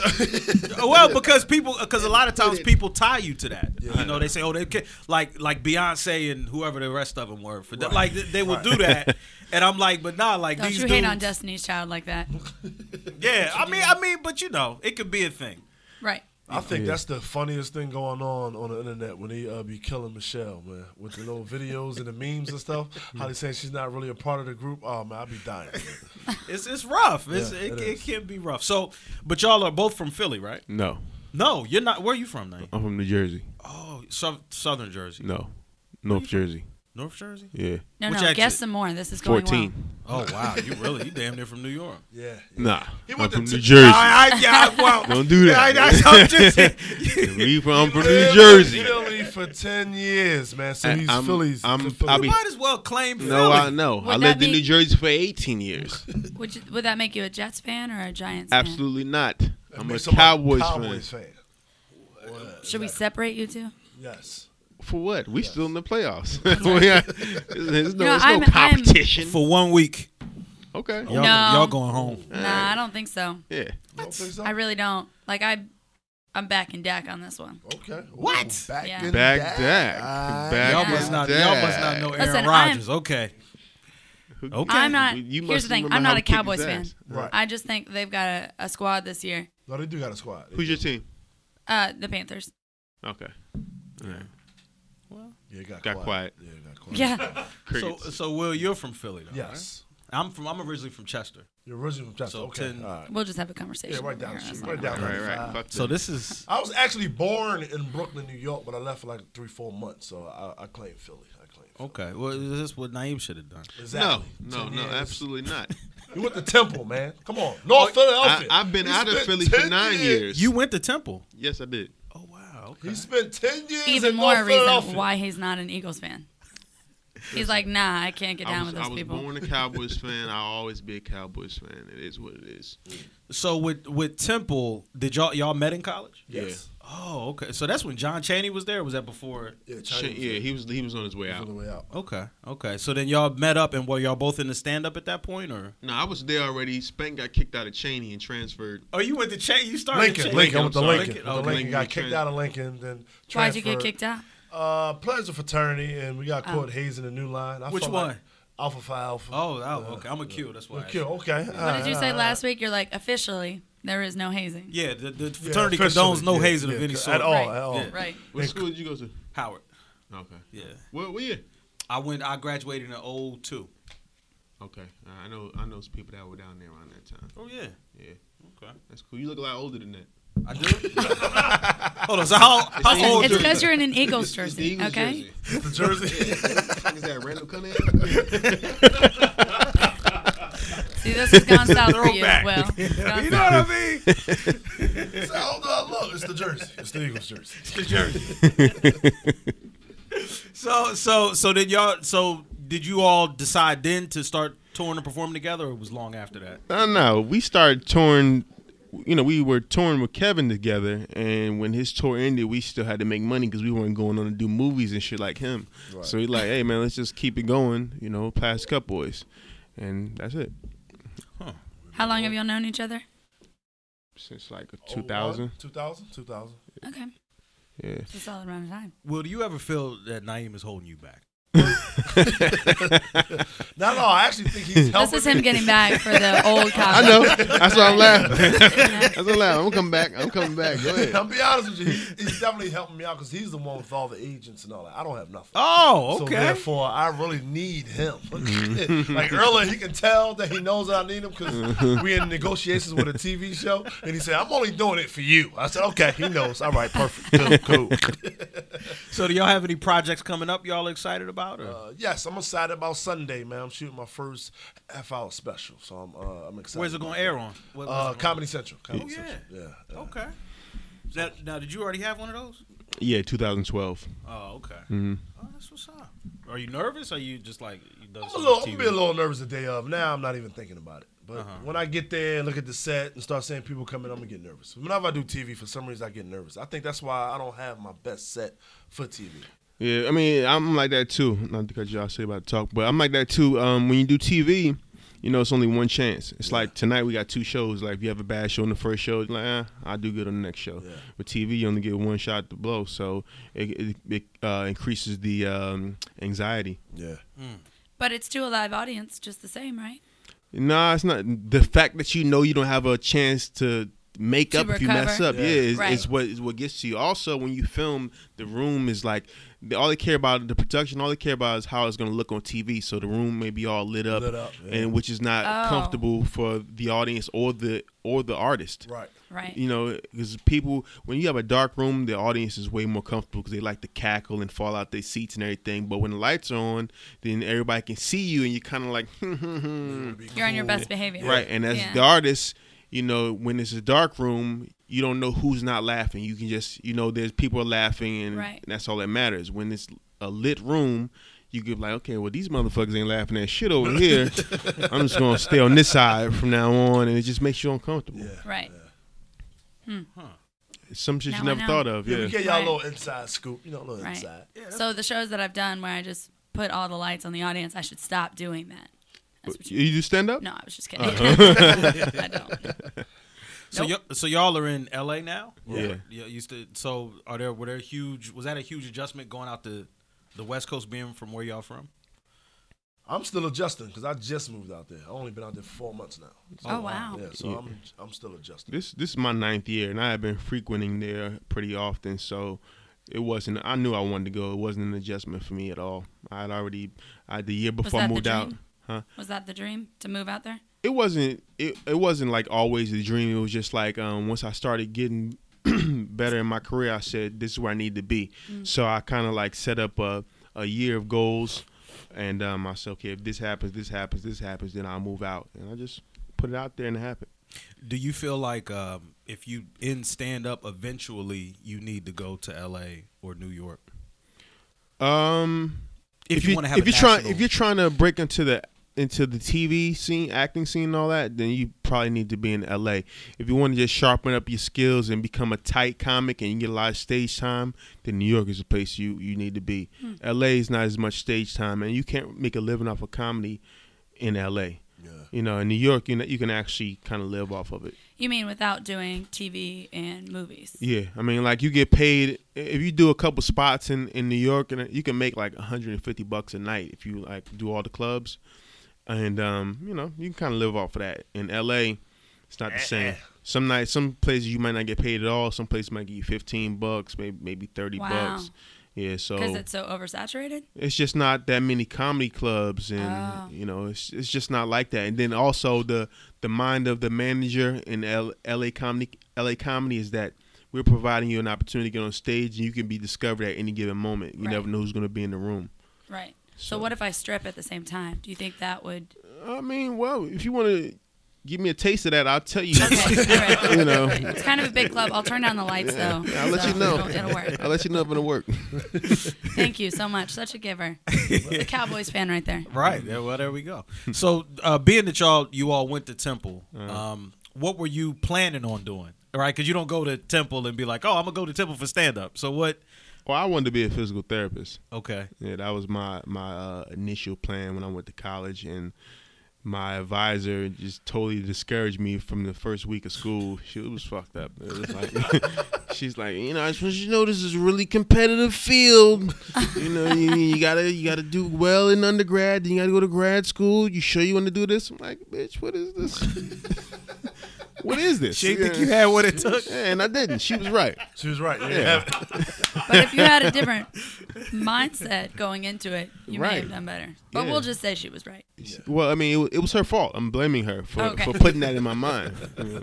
Oh, well, because people, because a lot of times people tie you to that. You know, they say, "Oh, they can like like Beyonce and whoever the rest of them were." For that. like they, they will do that, and I'm like, but nah, like Don't these you dudes, hate on Destiny's Child like that? Yeah, I mean, I mean, but you know, it could be a thing. Right. I think that's the funniest thing going on on the internet when they uh, be killing Michelle, man, with the little videos and the memes and stuff. How they saying she's not really a part of the group. Oh man, I'd be dying. It's it's rough. It's, Yeah, it, it it, is. can be rough. So, but y'all are both from Philly, right? no, No, you're not. Where are you from, Nate? I'm from New Jersey. Oh, sou- Southern Jersey, No, North Jersey. North Jersey. Yeah, No, Which no. exit? Guess some more. This is going fourteen. well. Oh wow, you really you damn near from New York. Yeah. Nah, I'm went to from t- New Jersey. I, I, I, well, Don't do that. I, I, am just, we from, I'm from New Lived in Jersey. Philly for ten years, man. So And he's I'm- Philly's. I'm- Philly. I'll you be- might as well claim Philly. No, I know. Would I that lived in be- New Jersey for 18 years. Would, you, would that make you a Jets fan or a Giants fan? Absolutely not. I'm a Make someone Cowboys, Cowboys fan. fan. Should we separate you two? Yes. For what? We still in the playoffs. We are- there's no, No, there's I'm- no I'm- competition. for one week. okay. Y'all, No. y'all going home. Nah, I don't think so. Yeah. You don't think so? I really don't. Like I, I'm backing Dak on this one. Okay. What? Ooh, back Yeah. in Back that. Dak. Ah, Back Y'all must not. Dak. Y'all must not know Listen, Aaron I'm- Rodgers. Okay. Okay. I'm not. You here's must the thing. remember I'm how not to a kick his Cowboys fan. ass. Right. I just think they've got a, a squad this year. No, they do got a squad. They Who's your team? Uh, the Panthers. Okay. All right. Yeah, it got, Got quiet. Yeah, it got quiet. Yeah. So, Crickets. so Will, you're from Philly, though. Yes. right? I'm from. I'm originally from Chester. You're originally from Chester. So okay. 10 All right. We'll just have a conversation. Yeah, right down later. the street. That's Right not- down All right, the right. street. Fuck So that. this is. I was actually born in Brooklyn, New York, but I left for like three, four months. So I, I claim Philly. I claim Philly. Okay. Well, this is what Naeem should have done. No, Exactly. no, Ten no, years. absolutely not. You went to Temple, man. Come on. North Philadelphia. Oh, I, I've been He out of spent Philly for 10 nine years. You went to Temple. Yes, I did. Oh wow. He spent 10 years Even in more North reason Philadelphia. why he's not an Eagles fan. He's like, nah, I can't get I down was, with those I was people. born a Cowboys fan. I'll always be a Cowboys fan. It is what it is. So with with Temple, did y'all y'all met in college? Yes. Oh, okay. So that's when John Chaney was there. Or was that before? Yeah, China Shane- was yeah, he was he was on his way on the out. way out. Okay, okay. So then y'all met up, and were y'all both in the stand up at that point, or? No, I was there already. Spank got kicked out of Cheney and transferred. Oh, you went to Chaney. You started Lincoln, Cheney. Lincoln, I'm with the sorry. Lincoln. Lincoln, With the okay. Lincoln got Lincoln kicked trans- out of Lincoln, then Why'd you get transferred. kicked out? Oh. Uh, Pleasure Fraternity, and we got caught hazing a new line. I Which felt like one? Alpha Phi Alpha. Oh, oh, okay. I'm a Q. That's why. I Okay, asked. okay. What Uh, did you say last week? You're like, officially, there is no hazing. Yeah, the, the fraternity officially, condones no yeah, hazing yeah, of any at sort. all. Right. all. Yeah. Right. What school did you go to? Howard. Okay. Yeah, Well, well yeah. I went. I graduated in 02. Okay. Uh, I know I know some people that were down there around that time. Oh yeah. Yeah, Okay. that's cool. You look a lot older than that. I do. Hold on. So how, how old? It's are you? because you're in an Eagles It's the jersey, Eagles okay? jersey. The Jersey. Is that Randall Cunningham? See, this has gone south for you, Well, you know what I mean? It's the- Hold on, look, it's the Jersey. It's the Eagles jersey. So so so did y'all? So did you all decide then to start touring and performing together, or it was long after that? I don't know. We started touring. You know, we were touring with Kevin together, and when his tour ended, we still had to make money because we weren't going on to do movies and shit like him. So we like, hey man, let's just keep it going. You know, past Cup Boys, and that's it. how long have y'all known each other? Since like 2000, 2000? 2000. Okay, yeah. it's a solid amount of time. Will, do you ever feel that Naeem is holding you back? No, no, I actually think he's helping. This is him getting back for the old I college. know. That's why I'm laughing. That's why I'm laughing. I'm coming back. I'm coming back. Go ahead. I'll be honest with you. He's, he's definitely helping me out because he's the one with all the agents and all that. I don't have nothing. Oh, So therefore, I really need him. like earlier, he can tell that he knows that I need him because we in negotiations with a TV show, and he said, "I'm only doing it for you." I said, "Okay, he knows. All right, perfect, cool, cool." so do y'all have any projects coming up? Y'all excited about? Or? Uh, yes, I'm excited about Sunday, man. I'm shooting my first half-hour special, so I'm uh, I'm excited. Where's it about going to that. air on? What- Uh, what's it gonna- Comedy Central. Comedy Oh, yeah. Central. Yeah. yeah. Okay. Now, now, did you already have one of those? Yeah, 2012. Oh, okay. Oh, that's what's up. Are you nervous? Or are you just like you done I'm a so little, much I'm TV? be a little nervous the day of. Now I'm not even thinking about it. But when I get there and look at the set and start seeing people coming, I'm gonna get nervous. Whenever I do TV, for some reason I get nervous. I think that's why I don't have my best set for TV. Yeah, I mean, I'm like that too. Not because y'all say about to talk, but I'm like that too. Um, when you do TV, you know, it's only one chance. It's like tonight we got two shows. Like if you have a bad show on the first show, you're like eh, I do good on the next show. Yeah. With TV, you only get one shot to blow, so it, it, it uh, increases the um, anxiety. Yeah. But it's to a live audience, just the same, right? Nah, it's not the fact that you know you don't have a chance to make To up if you mess up. recover. Yeah, Yeah. is, Right. is what is what gets to you. Also, when you film, the room is like they- all they care about the production. All they care about is how it's going to look on TV. So the room may be all lit up, Lit up, yeah. and which is not Oh. comfortable for the audience or the or the artist. Right. Right. You know, because people, when you have a dark room, the audience is way more comfortable because they like to cackle and fall out their seats and everything. But when the lights are on, then everybody can see you, and you're kind of like, hmm, You're on your best behavior. Right. And as Yeah. the artist, you know, when it's a dark room, you don't know who's not laughing. You can just, you know, there's people are laughing and, Right. that's all that matters. When it's a lit room, you get like, okay, well, these motherfuckers ain't laughing at shit over here. I'm just going to stay on this side from now on. And it just makes you uncomfortable. Yeah. Right. It's Some shit Now you I never know. thought of. Yeah, we Yeah. get y'all all Right. a little inside scoop, you know, a little Right. inside. So the shows that I've done where I just put all the lights on the audience, I should stop doing that. That's what you- You do Uh-huh. stand up? no, I was just kidding. I don't. So, y- so y'all are in LA now. Yeah. Yeah. Used to. So are there were there huge? Was that a huge adjustment going out the the West Coast, being from where y'all from? I'm still adjusting because I just moved out there. I've only been out there for four months now. Oh, wow. Yeah, so I'm I'm still adjusting. This this is my ninth year, and I have been frequenting there pretty often. So it wasn't. I knew I wanted to go. It wasn't an adjustment for me at all. I had already. I the year before I that the moved out. dream? Huh? Was that the dream to move out there? It wasn't. It, it wasn't like always the dream. It was just like um, once I started getting better in my career, I said this is where I need to be. Mm. So I kind of like set up a a year of goals, and um, I said okay, if this happens, this happens, this happens, then I'll move out, and I just put it out there and it happened. Do you feel like um, if you in stand up, eventually you need to go to LA or New York? Um, if, you, want to have if a you're trying national- if you're trying to break into the into the TV scene, acting scene, and all that, then you probably need to be in LA. If you want to just sharpen up your skills and become a tight comic and you get a lot of stage time, then New York is the place you you need to be. LA is not as much stage time, and you can't make a living off of comedy in LA. You know, in New York, you know, you can actually kind of live off of it. You mean without doing TV and movies? Yeah, I mean, like you get paid if you do a couple spots in in New York, and uh, you can make like 150 bucks a night if you like do all the clubs, and um, you know, you can kind of live off of that. In LA, it's not the same. Some nights, some places you might not get paid at all. Some places might give you 15 bucks, maybe maybe 30 Wow. bucks. Yeah, so Because it's so oversaturated. it's just not that many comedy clubs and Oh. you know it's it's just not like that and then also the the mind of the manager in L, LA comedy LA comedy is that we're providing you an opportunity to get on stage and you can be discovered at any given moment you Right. never know who's going to be in the room Right. So, what if I strip at the same time? Do you think that would? I mean well if you want to give me a taste of that I'll tell you Okay. all right. you know It's kind of a big club. I'll turn down the lights though. I'll let So you know It'll, it'll work. I'll let you know if it'll work Thank you so much. Such a giver. The Cowboys fan right there. Right. Yeah, well, there we go. So, uh, being that y'all you all went to Temple, um, what were you planning on doing? All right, because you don't go to Temple and be like, "Oh, I'm gonna go to Temple for stand up." So what? well I wanted to be a physical therapist Okay. Yeah, that was my my uh, initial plan when I went to college, and my advisor just totally discouraged me from the first week of school. She was fucked up. It was like, she's like, you know, I just want you to know this is a really competitive field. You know, you, you gotta you gotta do well in undergrad, then you gotta go to grad school. You sure you want to do this? I'm like, bitch, what is this? what is this? She think you had what it took. Yeah, and I didn't. She was right. She was right. Yeah. But if you had a different mindset going into it, you may Right. have done better. But Yeah. we'll just say she was right. Well, I mean, it, wa- it was her fault. I'm blaming her for, Okay. for putting that in my mind.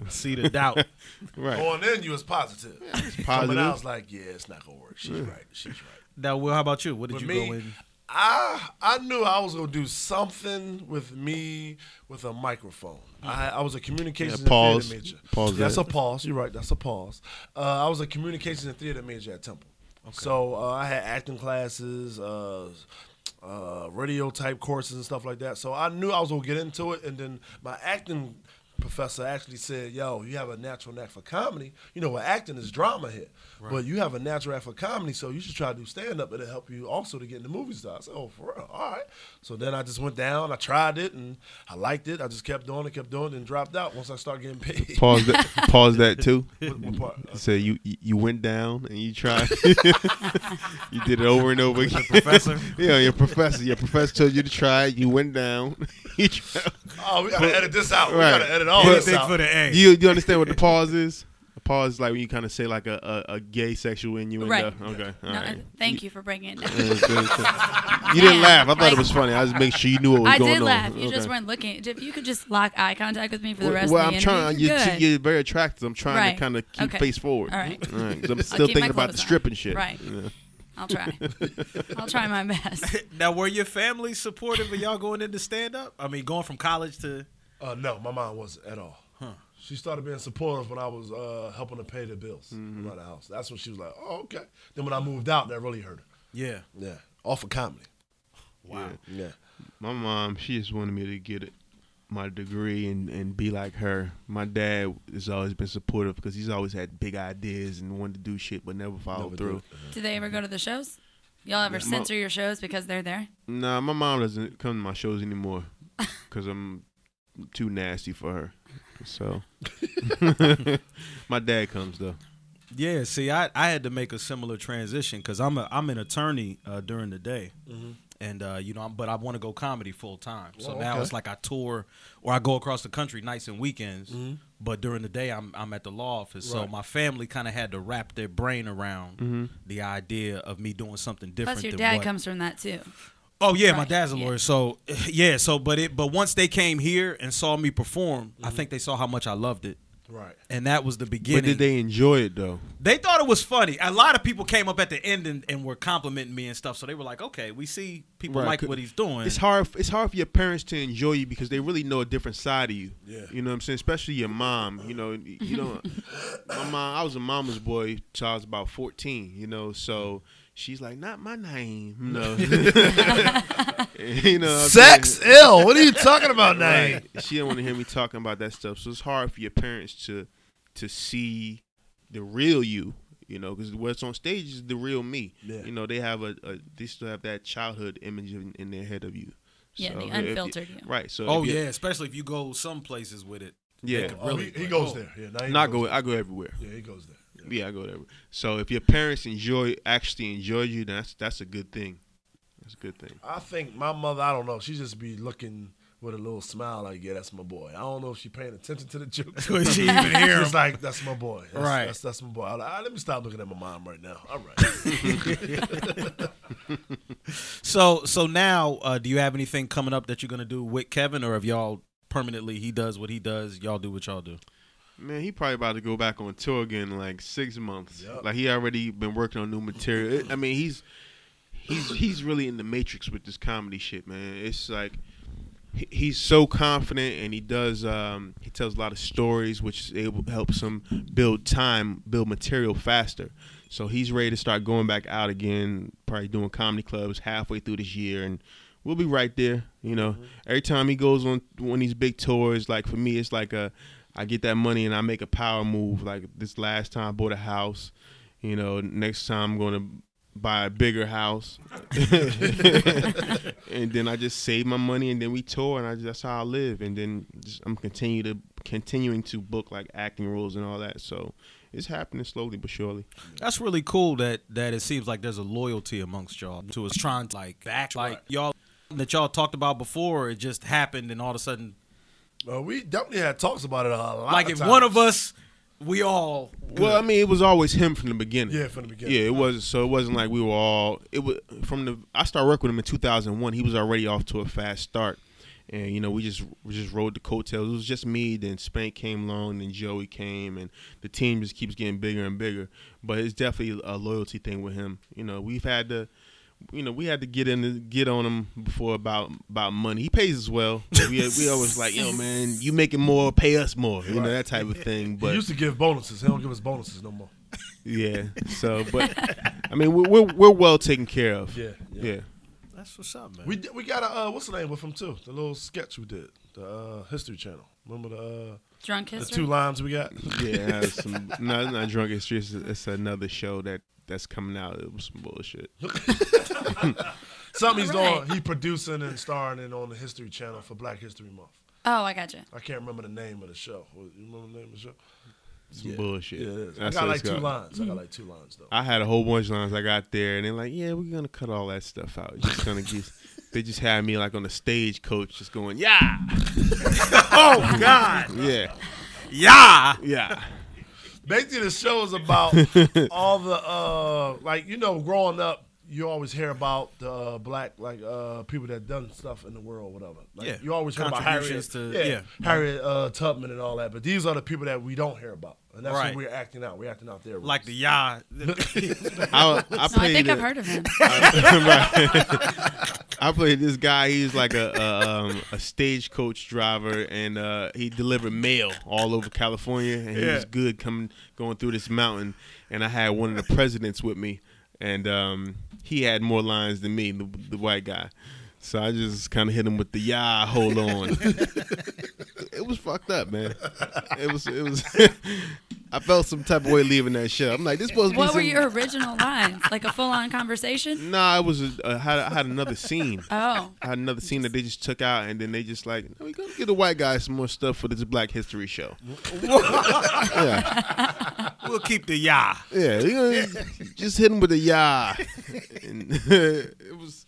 See the doubt. Right. Going in, you was positive. Coming out, positive. I was like, yeah, it's not gonna work. She's right. She's right. now, Will, how about you? What did With you me, go in? I I knew I was gonna do something with me with a microphone. I, I was a communications Yeah, pause. and theater major. Pause That's that. a pause. You're right. That's a pause. Uh, I was a communications and theater major at Temple. So uh, I had acting classes, uh, uh, radio type courses and stuff like that. So I knew I was gonna get into it, and then my acting professor actually said, "Yo, you have a natural knack for comedy. You know, well, acting is drama here, but you have a natural knack for comedy, so you should try to do stand up. It'll help you also to get in the movies." I said, "Oh, for real? All right." So then I just went down. I tried it, and I liked it. I just kept doing it, kept doing it, and dropped out once I started getting paid. Pause that. pause that too. What- what part? uh, So you you went down and you tried. you did it over and over again. Professor? yeah, your professor. Your professor told you to try. You went down. you, tried. Oh, we gotta edit this out. We Right. gotta edit all this Anything out. for the A. you you understand what the pause is? A pause is like when you kind of say like a, a, a gay sexual innuendo. Right. Okay. No, All right. Uh, and thank you for bringing it down. you didn't laugh. I thought Like- it was funny. I just make sure you knew what was I going did on. laugh. You just Okay. weren't looking. If you could just lock eye contact with me for the Well, rest well, of the I'm interview, trying. you're You're, good. you're very attractive. I'm trying Right. to kind of keep Okay. face forward. All right. All right. 'cause I'm still keep my thinking about the clothes on. stripping shit. Right. Yeah. I'll try. I'll try my best. Now, were your family supportive of y'all going into stand up? I mean, going from college to Uh, no, my mom wasn't at all. She started being supportive when I was uh, helping to pay the bills around the house. That's when she was like, "Oh, okay." Then when I moved out, that really hurt her. yeah. Yeah, off of comedy. Wow. Yeah, My mom, she just wanted me to get it- my degree and, and be like her. My dad has always been supportive because he's always had big ideas and wanted to do shit but never followed Never through. did Do they ever go to the shows? Y'all ever Yeah, my- censor your shows because they're there? Nah, my mom doesn't come to my shows anymore because I'm too nasty for her. So my dad comes though. Yeah, see, I, I had to make a similar transition because I'm a I'm an attorney uh, during the day, and uh, you know, I'm, but I want to go comedy full time. So Mm-hmm. Well, now okay. it's like I tour or I go across the country nights and weekends, but during the day I'm I'm at the law office. So Mm-hmm. Right. Mm-hmm. my family kind of had to wrap their brain around the idea of me doing something different. Plus, your than dad what- comes from that too. Oh yeah, my Right, dad's a yeah. lawyer. So yeah, so but it but once they came here and saw me perform, I think they saw how much I loved it, Mm-hmm. right. and that was the beginning. But did they enjoy it though? They thought it was funny. A lot of people came up at the end and, and were complimenting me and stuff. So they were like, "Okay, we see people Right, like 'cause what he's doing." It's hard. It's hard for your parents to enjoy you because they really know a different side of you. Yeah. You know what I'm saying? Especially your mom. You know. Mm. You know. my mom. I was a mama's boy till I was about 14. You know. So She's like, not my name. No. you know, what I'm Sex? saying? Ill. What are you talking about, Naeem? Right. She didn't want to hear me talking about that stuff. So it's hard for your parents to to see the real you, you know, because what's on stage is the real me. Yeah. You know, they have a, a they still have that childhood image in, in their head of you. Yeah, the if you- unfiltered you. Right. So Oh if you- yeah, especially if you go some places with it. yeah. could Oh, really he, he like, goes oh. there. Yeah, Naeem Not goes go. I go everywhere. There. Yeah, he goes there. Yeah. Yeah, I go there. So if your parents enjoy actually enjoy you, then that's that's a good thing. That's a good thing. I think my mother, I don't know, she just be looking with a little smile like, yeah, that's my boy. I don't know if she paying attention to the jokes. Could she even hear She's like, that's my boy. That's, Right. That's, that's my boy. I'm like, "Ah, let me stop looking at my mom right now. All right. So so now, uh, do you have anything coming up that you're gonna do with Kevin, or if y'all permanently he does what he does, y'all do what y'all do? Man, he probably about to go back on tour again in like six months. Yep. Like he already been working on new material. It- I mean, he's he's he's really in the matrix with this comedy shit, man. It's like he- he's so confident and he does um, he tells a lot of stories, which is able helps him build time, build material faster. So he's ready to start going back out again, probably doing comedy clubs halfway through this year, and we'll be right there. You know, every time he goes on one of these big tours, like for me, it's like a I get that money and I make a power move. Like this last time, I bought a house. You know, next time I'm gonna buy a bigger house, and then I just save my money and then we tour and I just, that's how I live. And then just, I'm continue to continuing to book like acting roles and all that. So it's happening slowly but surely. That's really cool that that it seems like there's a loyalty amongst y'all to us trying to like back like y'all that y'all talked about before. It just happened, and all of a sudden, well, we definitely had talks about it a lot. like of if times. one of us, we all Well, I mean, it was always him from the beginning. Yeah, from the beginning. Yeah, it wasn't. So it wasn't like we were all. It was from the. I started working with him in 2001. He was already off to a fast start, and you know we just we just rode the coattails. It was just me. Then Spank came along. Then Joey came, and the team just keeps getting bigger and bigger. But it's definitely a loyalty thing with him. You know, we've had to. You know, we had to get in, get on him before about about money. He pays us well. but We we always like, yo, man, you making more, pay us more. You know that type of thing. He But used to give bonuses. He don't give us bonuses no more. yeah. So, but I mean, we're we're, we're well taken care of. Yeah, yeah. Yeah. that's what's up, man. We did- we got a, uh, what's the name with him, too? The little sketch we did, the uh, History Channel. Remember the, Drunk uh, the history. two lines we got? Yeah. it's some, no, it's not drunk history. It's, it's another show that that's coming out. It was some bullshit. Something he's Alright. doing. He producing and starring in on the History Channel for Black History Month. oh, I gotcha. I can't remember the name of the show. What- You remember the name of the show? Some bullshit. Yeah, it is. I That's got what like it's two called. lines. I got like two lines though. I had a whole bunch of lines I got there, and they're like, "Yeah, we're gonna cut all that stuff out. It's just gonna get." They just had me like on the stage coach, just going, "Yeah, oh God, yeah, yeah. yeah." Basically, the show is about all the uh, like you know, growing up, you always hear about the uh, black like uh, people that done stuff in the world, whatever. Like, Yeah. you always hear about Harriet, Contributions to- yeah, yeah. Harriet uh, Tubman and all that. But these are the people that we don't hear about, and that's Right. what we're acting out. We're acting out there. Like the yeah, I, I No, I played think a- I've heard of him. I played this guy. He's like a a, um, a stagecoach driver, and uh, he delivered mail all over California. And he was good coming going through this mountain. And I had one of the presidents with me, and um, he had more lines than me, the, the white guy. So I just kind of hit him with the yeah, hold on. it was fucked up, man. It was it was. I felt some type of way leaving that show. I'm like, this supposed to be What were some- your original lines? Like a full on conversation? Nah, it was. A, I had I had another scene. Oh. I had another scene that they just took out, and then they just like, "No, we gotta get the white guy some more stuff for this Black History show. yeah, we'll keep the yeah. yeah, we gonna just hit him with a yeah. And it was,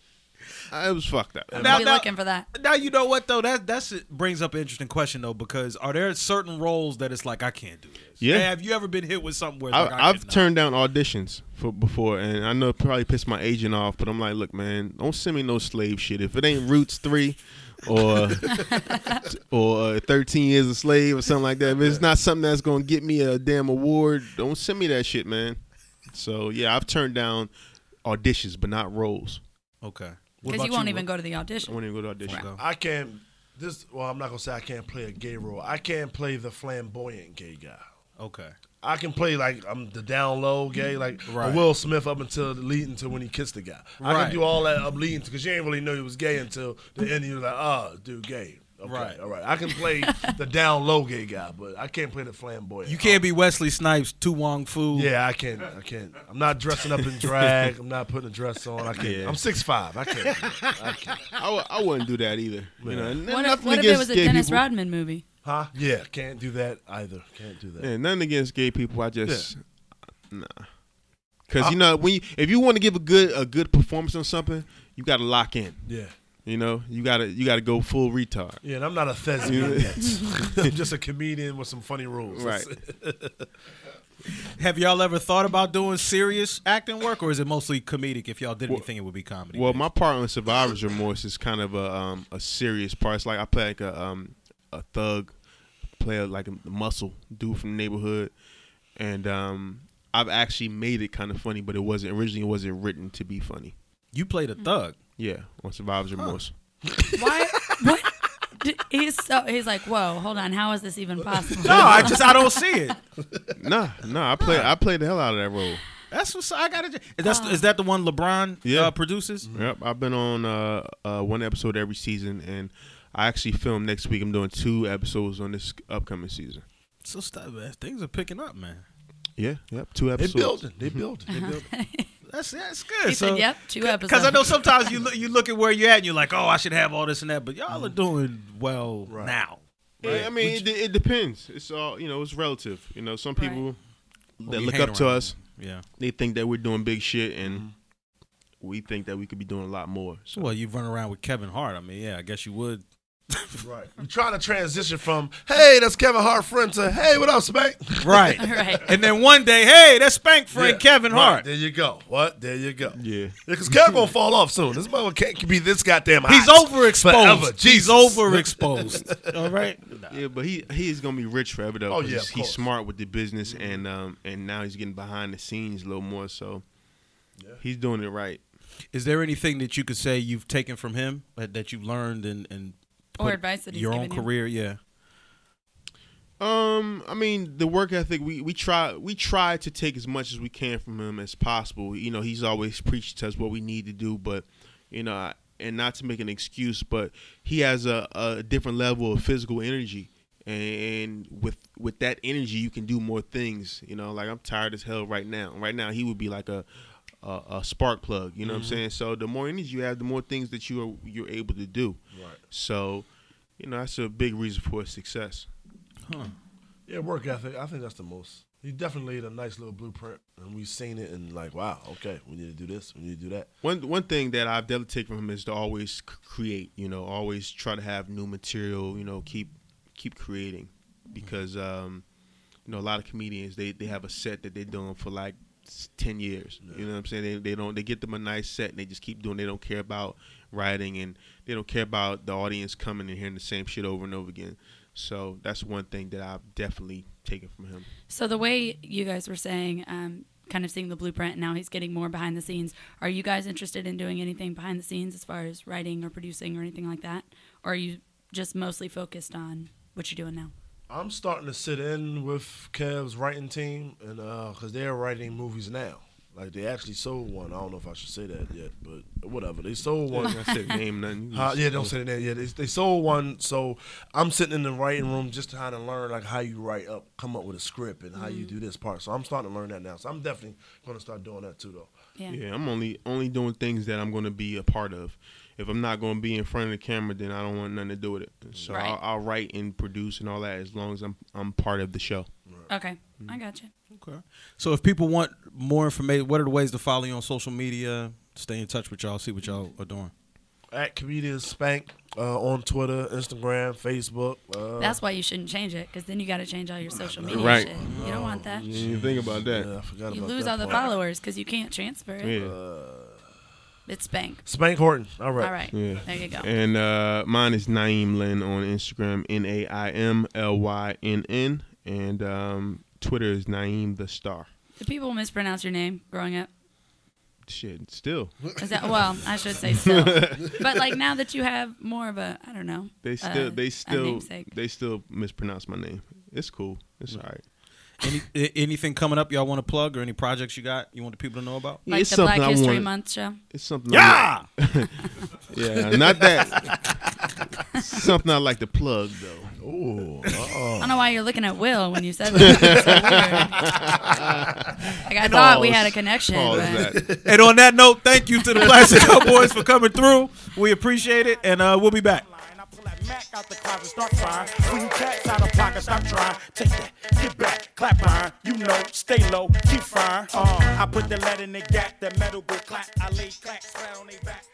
it was fucked up. I'll Now- be now- looking for that. Now you know what though that that's it brings up an interesting question though because are there certain roles that it's like I can't do this? Yeah. have you ever been hit with something where it's like, I, I I've cannot? turned down auditions for before, and I know it probably pissed my agent off, but I'm like, look, man, don't send me no slave shit. If it ain't Roots Three, or or 13 Years a Slave or something like that, if it's not something that's gonna get me a damn award, don't send me that shit, man. So yeah, I've turned down auditions, but not roles. okay Because you won't even go to the I audition. won't even go to audition. Wow. I can. This well, I'm not gonna say I can't play a gay role. I can play the flamboyant gay guy. Okay. I can play like I'm the down low gay, like Right. Will Smith up until the lead until when he kissed the guy. I Right. can do all that up leading because you ain't really know he was gay until the end. You're like, oh, dude, gay. Okay, Right. All right. I can play the down low gay guy, but I can't play the flamboyant. Oh, You can't be Wesley Snipes, Tu Wong Fu. Yeah, I can't. I can't. I'm not dressing up in drag. I'm not putting a dress on. I can't. Yeah. I'm six five. I can't. do that. I can't. I w- I wouldn't do that either. You know, and What if, nothing what if against it was a gay Dennis people. Rodman movie? Huh? Yeah, can't do that either. Can't do that. Yeah, nothing against gay people. I just nah. Cause you know when you, if you want to give a good a good performance on something, you got to lock in. Yeah. You know, you gotta you gotta go full retard. Yeah, and I'm not a thespian yet. I'm just a comedian with some funny rules. That's Right. it. Have y'all ever thought about doing serious acting work, or is it mostly comedic? If y'all did anything, it would be comedy. Well, my part on Survivor's Remorse is kind of a um, a serious part. It's like I play like a um, a thug, play like a muscle dude from the neighborhood, and um, I've actually made it kind of funny, but it wasn't originally it wasn't written to be funny. you played Mm. a thug. Yeah, on Survivor's Remorse. Why? what? D- He's so he's like, whoa, hold on, how is this even possible? No, I just I don't see it. Nah, nah, I play I played the hell out of that role. That's what's I got to. That's Uh. is that the one LeBron Yeah. Mm-hmm. uh, produces? Yep, I've been on uh, uh, one episode every season, and I actually film next week. I'm doing two episodes on this upcoming season. So stuff, man, things are picking up, man. Yeah, yep, two They episodes. building. They building. They building. That's that's good. He so, said, yep, two episodes. Because I know Mm. sometimes you look, you look at where you're at and you're like, oh, I should have all this and that, but y'all are doing well now. Yeah, I mean, it, de- it depends. It's all you know. It's relative. You know, some people that We look hang up to around. us, Yeah. they think that we're doing big shit, and we think that we could be doing a lot more. So Well, you run around with Kevin Hart. I mean, yeah, I guess you would. right. I'm trying to transition from, hey, that's Kevin Hart friend to, hey, what up, Spank? Right. Right. And then one day, hey, that's Spank Frank Yeah. Kevin Right, Hart. There you go. What? There you go. Yeah. Because Kevin going to fall off soon. This motherfucker can't be this goddamn hot. He's overexposed. Forever. He's Jesus. overexposed. all right. yeah, but he he is gonna be rich forever though. Oh, 'cause yeah, he's, of he's course. Mm-hmm. smart with the business, and um and now he's getting behind the scenes a little more. So he's doing it right. Is there anything that you could say you've taken from him that, that you learned and and Or put advice that he's your own given you? career? Yeah. Um, I mean, the work ethic we we try we try to take as much as we can from him as possible. You know, he's always preached to us what we need to do, but you know, I- and not to make an excuse, but he has a, a different level of physical energy, and with with that energy, you can do more things. You know, like I'm tired as hell right now. Right now, he would be like a a, a spark plug. You know what I'm saying? So the more energy you have, the more things that you are you're able to do. Right. So, you know, that's a big reason for his success. Yeah, work ethic. I think that's the most. He definitely laid a nice little blueprint, and we've seen it, and like, wow, okay, we need to do this, we need to do that. One one thing that I've definitely taken from him is to always c- create. You know, always try to have new material. You know, keep keep creating because um, you know a lot of comedians they they have a set that they're doing for like s- ten years. You know what I'm saying? They they don't they get them a nice set and they just keep doing. They don't care about writing and they don't care about the audience coming and hearing the same shit over and over again. So that's one thing that I've definitely taken from him. So the way you guys were saying, um, kind of seeing the blueprint, now he's getting more behind the scenes. Are you guys interested in doing anything behind the scenes as far as writing or producing or anything like that? Or are you just mostly focused on what you're doing now? I'm starting to sit in with Kev's writing team, and because they're writing movies now. Like they actually sold one. I don't know if I should say that yet, but whatever. They sold one. I said name nothing. Uh, yeah, don't say that. Yeah, they, they sold one. So I'm sitting in the writing room just trying to learn like how you write up, come up with a script, and how you do Mm-hmm. this part. So I'm starting to learn that now. So I'm definitely going to start doing that too, though. Yeah. Yeah, I'm only only doing things that I'm going to be a part of. If I'm not going to be in front of the camera, then I don't want nothing to do with it. So Right. I'll, I'll write and produce and all that as long as I'm I'm part of the show. Okay. Mm-hmm. I gotcha. Okay. So if people want more information, what are the ways to follow you on social media? Stay in touch with y'all. See what y'all are doing. At comedian Spank uh, on Twitter, Instagram, Facebook. Uh, That's why you shouldn't change it, because then you got to change all your social media Right. shit. You don't want that. You think about yeah, I forgot You about lose that all the part. followers because you can't transfer it. Yeah. It's bank. Spank Horton. All right. All right. Yeah. There you go. And uh, mine is Naeem Lynn on Instagram, N A I M L Y N N, and um, Twitter is Naeem the Star. Did people mispronounce your name growing up? Shit, still Is that well? I should say so. but like now that you have more of a, I don't know. they uh, still a they still namesake. they still mispronounce my name. It's cool. It's all right. Any, a- anything coming up y'all want to plug or any projects you got you want the people to know about? Like it's the something Black I History wanted. Month show. It's something. Yeah. yeah. Not that. something I like to plug though. Oh. I don't know why you're looking at Will when you said that. It's so weird. Like I thought we had a connection. Pause but- that. And on that note, thank you to the Plastic Cowboys for coming through. We appreciate it, and uh, we'll be back. line. I pull that Mac out the closet, start crying. When you cats out of pocket, stop trying. Take that, get back, clap iron. You know, stay low, keep fine. Uh, I put the lead in the gap, that metal go clap. I lay clacks down on they back.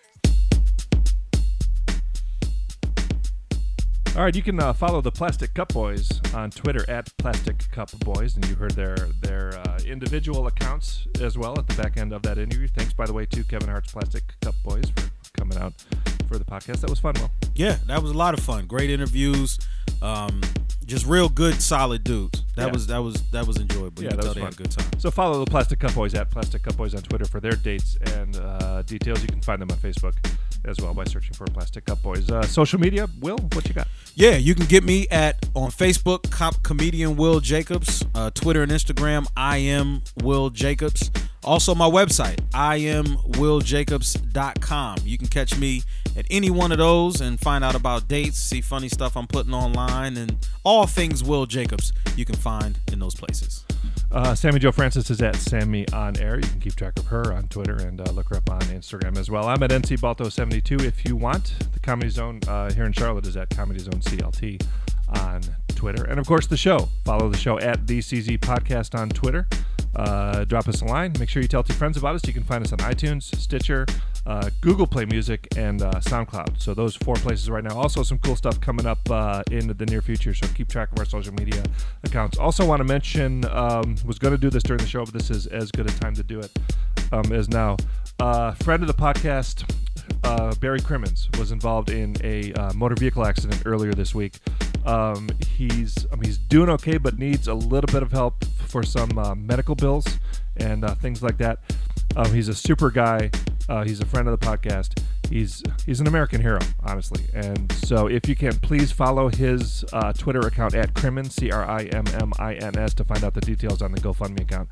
All right, you can uh, follow the Plastic Cup Boys on Twitter at Plastic Cup Boys, and you heard their their uh, individual accounts as well at the back end of that interview. Thanks, by the way, to Kevin Hart's Plastic Cup Boys for coming out for the podcast. That was fun. Well, Yeah, that was a lot of fun. Great interviews, um, just real good, solid dudes. That Yeah. was that was that was enjoyable. you that could tell was they had a fun. good time. So follow the Plastic Cup Boys at Plastic Cup Boys on Twitter for their dates and uh, details. You can find them on Facebook as well by searching for Plastic Cup Boys. Uh, social media, Will, what you got? Yeah, you can get me at on Facebook, cop comedian Will Jacobs, uh, Twitter and Instagram, I am Will Jacobs. Also, my website, I am willjacobs.com. You can catch me at any one of those and find out about dates, see funny stuff I'm putting online, and all things Will Jacobs you can find in those places. Uh, Sammy Joe Francis is at Sammy on Air. You can keep track of her on Twitter and uh, look her up on Instagram as well. I'm at NC Balto72 if you want. The Comedy Zone uh, here in Charlotte is at Comedy Zone CLT on Twitter. And of course, the show. Follow the show at the CZ Podcast on Twitter. Uh, drop us a line. Make sure you tell two friends about us. You can find us on iTunes, Stitcher, uh, Google Play Music, and uh, SoundCloud. So those four places right now. Also, some cool stuff coming up uh, in the near future. So keep track of our social media accounts. Also, want to mention um, was going to do this during the show, but this is as good a time to do it um, as now. Uh, friend of the podcast, uh, Barry Crimmins was involved in a uh, motor vehicle accident earlier this week. Um, he's um, he's doing okay, but needs a little bit of help for some uh, medical bills and uh, things like that. Um, he's a super guy. Uh, he's a friend of the podcast. He's he's an American hero, honestly. And so, if you can, please follow his uh, Twitter account at Crimmins C R I M M I N S to find out the details on the GoFundMe account.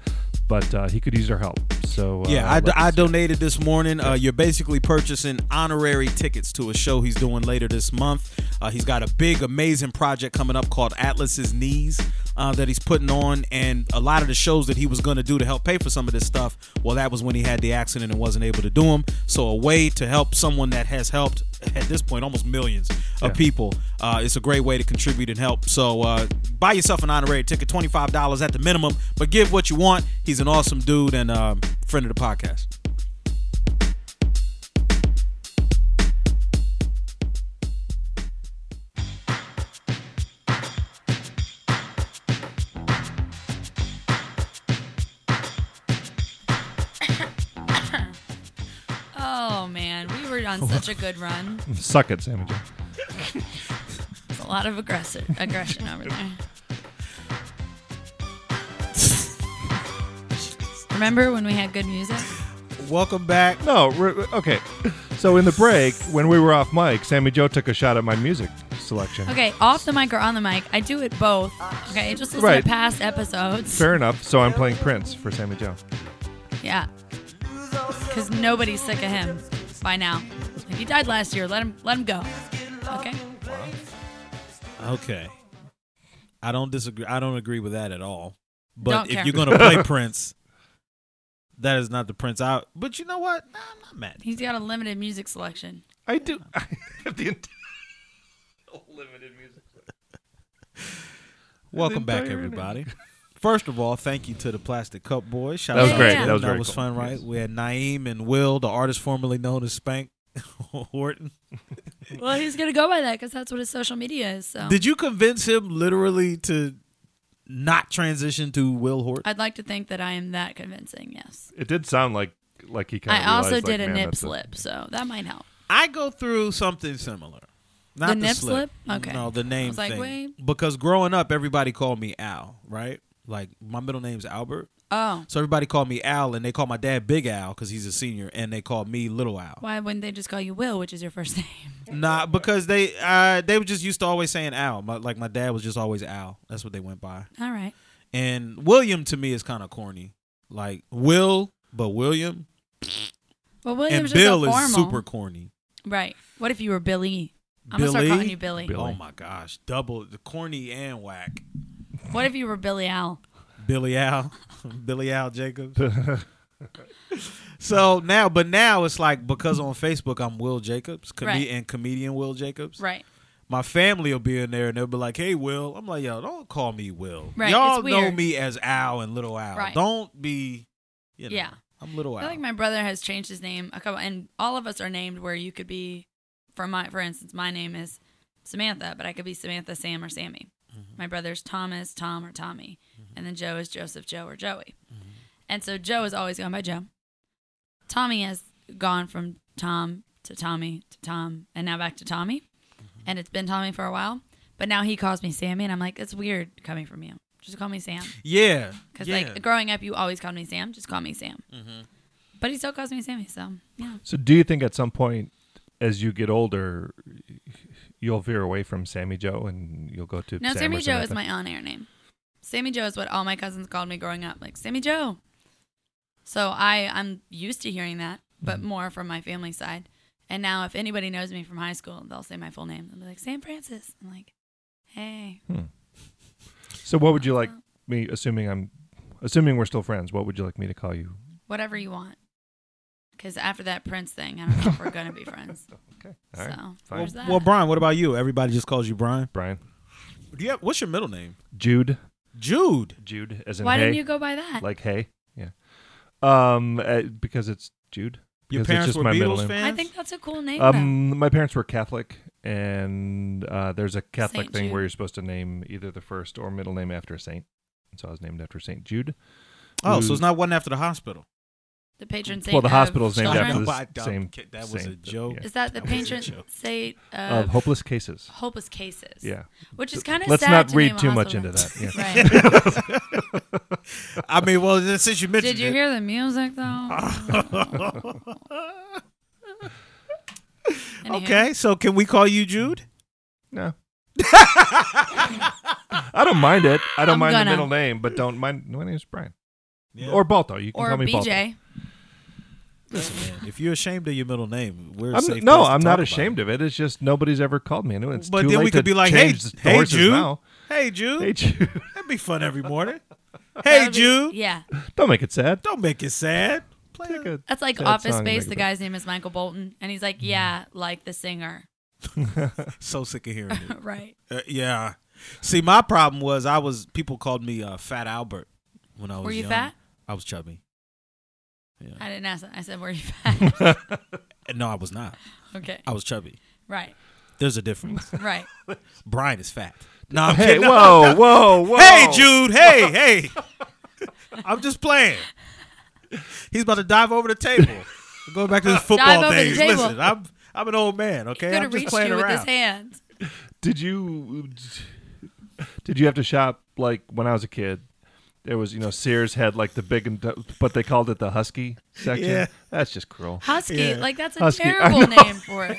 But uh, he could use our help. So uh, Yeah, I, let's- I donated this morning. Uh, you're basically purchasing honorary tickets to a show he's doing later this month. Uh, he's got a big, amazing project coming up called Atlas's Knees uh, that he's putting on, and a lot of the shows that he was going to do to help pay for some of this stuff. Well, that was when he had the accident and wasn't able to do them. So, a way to help someone that has helped at this point almost millions of Yeah. people. Uh, it's a great way to contribute and help. So uh, buy yourself an honorary ticket, twenty five dollars at the minimum, but give what you want. He's an awesome dude and um, friend of the podcast. Oh man, we were on such a good run. suck it, Sammy Joe. There's a lot of aggressive aggression over there. Remember when we had good music? Welcome back. No, re- okay. So in the break, when we were off mic, Sammy Joe took a shot at my music selection. Okay, off the mic or on the mic? I do it both. Okay, just listen Right. to past episodes. Fair enough. So I'm playing Prince for Sammy Joe. Yeah. Because nobody's sick of him by now. If he died last year, let him let him go. Okay. Okay, I don't disagree. I don't agree with that at all. But Don't if care. you're gonna play Prince, that is not the Prince out. But you know what? Nah, I'm not mad. He's got a limited music selection. I do. I have the entire limited music. Welcome back, entire interview. everybody. First of all, thank you to the Plastic Cup Boys. Shout That was out to great. them. That was that very was cool. fun, right? Yes. We had Naeem and Will, the artist formerly known as Spank Horton. Well, he's gonna go by that because that's what his social media is. So Did you convince him literally to not transition to Will Horton? I'd like to think that I am that convincing. Yes. It did sound like like he kind of. I also did a nip slip, so that might help. I go through something similar. Not the, The nip slip. slip? Okay. No, the name was like, thing. wait. Because growing up, everybody called me Al, right? Like my middle name's Albert, Oh, so everybody called me Al, and they called my dad Big Al because he's a senior, and they called me Little Al. why wouldn't they just call you Will, which is your first name? Nah, because they uh, they were just used to always saying Al. My, like my dad was just always Al. That's what they went by. All right. And William to me is kind of corny. Like Will, but William Well, William's and Bill just so is formal. super corny. Right. What if you were Billy? I'm gonna start Billy? calling you Billy. Oh my gosh, double the corny and whack. What if you were Billy Al? Billy Al, Billy Al Jacobs. so now, but now it's like because on Facebook I'm Will Jacobs, com- Right. and comedian Will Jacobs. Right. My family will be in there and they'll be like, "Hey, Will." I'm like, "Yo, don't call me Will. Right, Y'all it's know weird. me as Al and Little Al. Right. Don't be, you know, Yeah. I'm Little Al. I feel like my brother has changed his name a couple, and all of us are named where you could be. For my, for instance, my name is Samantha, but I could be Samantha, Sam, or Sammy. My brother's Thomas, Tom, or Tommy, and then Joe is Joseph, Joe, or Joey. And so Joe has always gone by Joe. Tommy has gone from Tom to Tommy to Tom, and now back to Tommy. And it's been Tommy for a while, but now he calls me Sammy, and I'm like, it's weird coming from you. Just call me Sam. yeah, Because yeah. like growing up, you always called me Sam. Just call me Sam. But he still calls me Sammy. So yeah, So, do you think at some point, as you get older, you'll veer away from Sammy Joe and you'll go to no, Sam or Sammy Joe is Samantha? my on-air name. Sammy Joe is what all my cousins called me growing up, like Sammy Joe. So I I'm used to hearing that, Mm-hmm. but more from my family side. And now, if anybody knows me from high school, they'll say my full name. They'll be like Sam Francis. I'm like, hey, So, what would you like me? Assuming I'm, assuming we're still friends, what would you like me to call you? whatever you want. Because after that Prince thing, I don't know if we're gonna be friends. Okay, all right, so fine. there's that. well, Brian, what about you? Everybody just calls you Brian. Brian, Do you have, what's your middle name? Jude, Jude. Jude, as in Why hey, didn't you go by that? like hey, yeah, um, uh, because it's Jude. Your Because it's parents just were my middle Beatles name. fans. I think that's a cool name. though. Um, my parents were Catholic, and uh, there's a Catholic Saint thing where Jude. you're supposed to name either the first or middle name after a saint. And so I was named after Saint Jude. Oh, who- so it's not one after the hospital. The patron saint. well, the of hospital's named children? after No, the I don't same. kid- that was a saint, but joke. yeah. Is that the That was a patron joke. saint of, Of hopeless cases. Uh, hopeless cases? Yeah. Which is kind of Let's sad not to read name a too much hospital into that, right. I mean, well, since you mentioned Did you it, hear the music though? Anywho. Okay, so can we call you Jude? No. I don't mind it. I don't I'm mind gonna. the middle name, but don't mind. My name's Brian. Or Balto. You can Or call me Balto. BJ. Listen, man, if you're ashamed of your middle name, we're a I'm- safe no, place to I'm not talk ashamed about of it. It's just nobody's ever called me. I know it's But too then late we could to be like, hey, change the hey, horse's Jude. mouth. Hey, Jude. Hey, Jude. That'd be fun every morning. hey, That'd be- Jude. Yeah, Don't make it sad. Don't make it sad. Play Take a that's like sad Office song and Space. make The it Mm-hmm. guy's name is Michael Bolton, and he's like, yeah, like the singer, So sick of hearing it. right? Uh, yeah. See, my problem was I was people called me uh, Fat Albert when I was. Were you young. fat? I was chubby. I didn't ask that. I said, were you fat? Uh, No, I was not. okay, I was chubby. right, There's a difference. right. Brian is fat. No, I'm Hey, kidding. whoa, whoa, whoa. Hey, Jude. Hey, hey. I'm just playing. He's about to dive over the table. Go back to his Dive football over the days. table. Listen, I'm I'm an old man. Okay, he could I'm have just reached playing you with his around. hands. Did you did you have to shop like when I was a kid? There was, you know, Sears had like the big, and but they called it the Husky section. Yeah. That's just cruel. Husky, Yeah. like that's a Husky, I terrible name for it.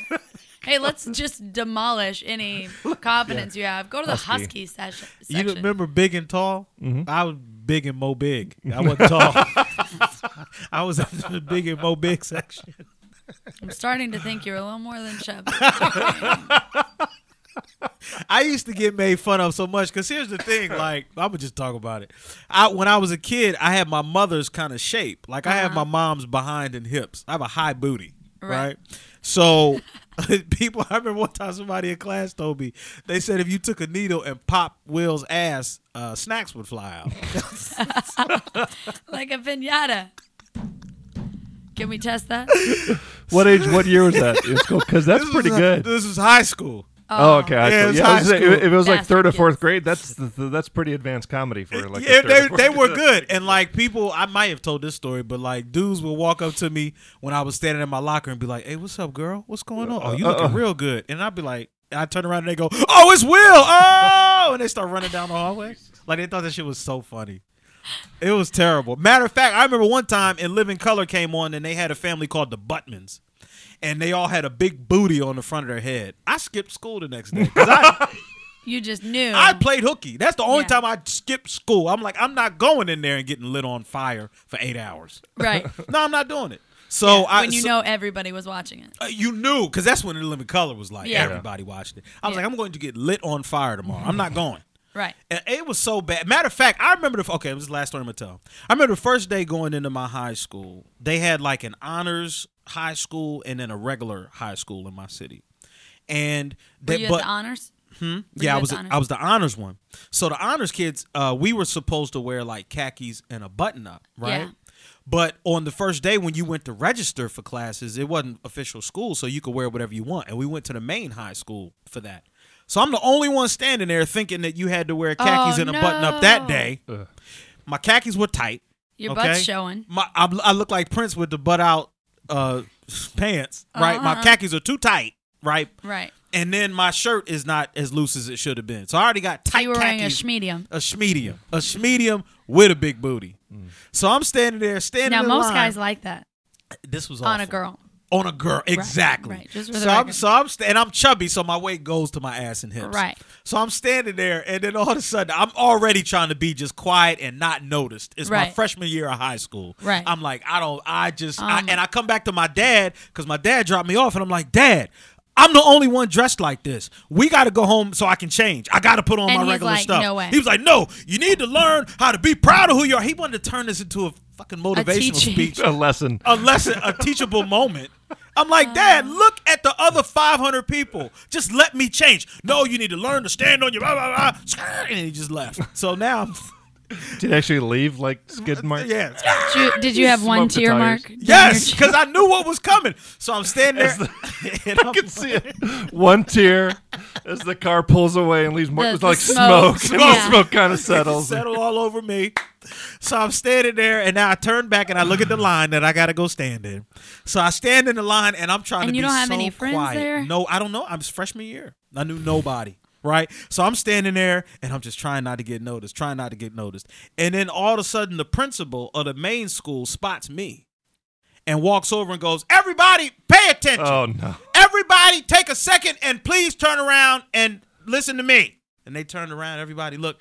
Hey, let's just demolish any confidence you have. Go to the Husky. husky, sesh- You section. don't remember big and tall? I was big and mo big. I wasn't tall. I was in the big and mo big section. I'm starting to think you're a little more than chubby. I used to get made fun of so much because here's the thing. Like I'm gonna just talk about it. I when I was a kid, I had my mother's kind of shape. Like I have my mom's behind and hips. I have a high booty, right? Right. So people, I remember one time somebody in class told me they said if you took a needle and popped Will's ass, uh, snacks would fly out. like a pinata. Can we test that? What age? What year was that? It's cool because that's pretty This was- uh, good. This is high school. oh, okay. I Yeah, see. it's yeah, I was high saying, if school. if it was like Bastard third or kids. fourth grade, that's the, the- that's pretty advanced comedy for like. a yeah, third they or fourth they were grade. good. And like people, I might have told this story, but like dudes would walk up to me when I was standing in my locker and be like, "Hey, what's up, girl? What's going on? Oh, you looking Uh-uh. real good." And I'd be like, and I turn around and they go, "Oh, it's Will!" Oh, and they start running down the hallway. Like they thought that shit was so funny. It was terrible. Matter of fact, I remember one time and Living Color came on and they had a family called the Buttmans. And they all had a big booty on the front of their head. I skipped school the next day. 'cause I, You just knew. I played hooky. That's the only Um, Yeah. time I skipped school. I'm like, I'm not going in there and getting lit on fire for eight hours. right No, I'm not doing it. So I when you so- know everybody was watching it. uh, you knew because that's when the living color was like Yeah. everybody watched it. I was Yeah. like, I'm going to get lit on fire tomorrow. I'm not going. Right. And it was so bad. Matter of fact, I remember the okay. This is the last story I'm gonna tell. I remember the first day going into my high school. They had like an honors high school and then a regular high school in my city. And Were they, you at but Hmm? the honors? Were you yeah, I at was the I honors? was the honors one. So the honors kids, uh, we were supposed to wear like khakis and a button up, right? Yeah. But on the first day when you went to register for classes, it wasn't official school, so you could wear whatever you want. And we went to the main high school for that. So I'm the only one standing there thinking that you had to wear khakis Oh, and a button up that no. day. My khakis were tight. Your okay? butt's showing. My I, I look like Prince with the butt out uh, pants, right? My Uh-huh. khakis are too tight, right? Right. and then my shirt is not as loose as it should have been. So I already got tight you were wearing a khakis, schmedium. a schmedium, a schmedium with a big booty. So I'm standing there, standing. Now in most line. guys like that this was on a awful. girl. on a girl, exactly. right, just for the so I'm record. so I'm st- and I'm chubby, so my weight goes to my ass and hips. Right. So I'm standing there, and then all of a sudden, I'm already trying to be just quiet and not noticed. It's my Right. freshman year of high school. Right. I'm like, I don't, I just, I, Um, and I come back to my dad because my dad dropped me off, and I'm like, Dad. I'm the only one dressed like this. We got to go home so I can change. I got to put on And my he's regular like, stuff. "No way." He was like, "No, you need to learn how to be proud of who you are." He wanted to turn this into a fucking motivational teaching. speech A lesson. a lesson, a teachable moment. I'm like, Dad, look at the other 500 people. Just let me change. No, you need to learn to stand on your blah blah blah. Skrr, And he just left. So now, I'm, Did it actually leave like skid marks? yeah, Did you, did you have one Smoked the tear tires. mark? down yes, your because I knew what was coming. So I'm standing there. and I'm I can see it. One tear as the car pulls away and leaves more. The- it's the like smoke. smoke. And the Yeah. smoke kind of settles. settle all over me. So I'm standing there, and now I turn back and I look at the line that I gotta go stand in. So I stand in the line, and I'm trying And to you be don't have so any friends quiet. there? No, I don't know. I'm freshman year. I knew nobody. Right, so I'm standing there and I'm just trying not to get noticed, trying not to get noticed, and then all of a sudden the principal of the main school spots me, and walks over and goes, "Everybody, pay attention! Oh, no. Everybody, take a second and please turn around and listen to me. And they turned around. Everybody, look,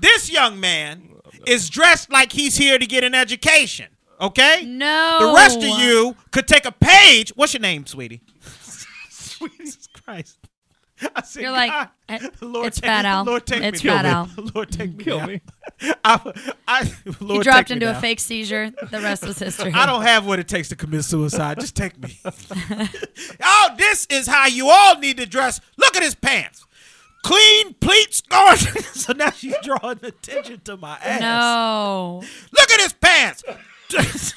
this young man is dressed like he's here to get an education. Okay? No. The rest of you could take a page. What's your name, sweetie? Jesus Christ. I said, You're like, "God, "Eh, Lord, it's take, Fat Al. Lord, take It's me Fat down. Al." Lord, take me Kill down. me. I, I, Lord, He take dropped me into a down. fake seizure. The rest was history. I don't have what it takes to commit suicide. Just take me. oh, this is how you all need to dress. Look at his pants. Clean pleats going. so now she's drawing attention to my ass. No. Look at his pants.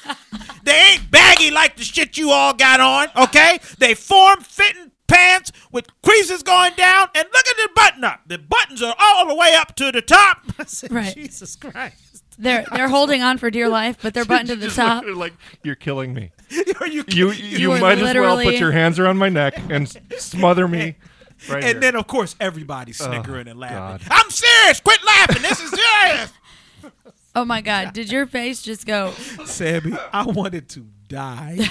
they ain't baggy like the shit you all got on, okay? They form fitting pants with creases going down. And look at the button up. The buttons are all the way up to the top. I said, Right. Jesus Christ. They're they're holding on for dear life, but they're buttoned to the Just top. look at it like you're killing me. Are you You you, are might as well put literally- your hands around my neck and s- smother me. Right And here. Oh, then, of course, everybody's snickering and laughing. God. I'm serious. Quit laughing. This is serious. Oh my God! Did your face just go? Sammy, I wanted to die.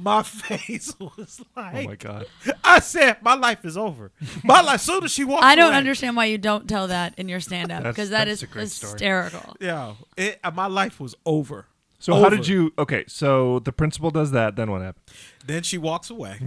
My face was oh like, my god. I said, my life is over. My life. Soon as she walked, I don't away, understand why you don't tell that in your stand-up That's- because that that's is a great story. hysterical. Yeah, it, uh, my life was over. So how Over. did you? Okay, so the principal does that. Then what happened? Then she walks away,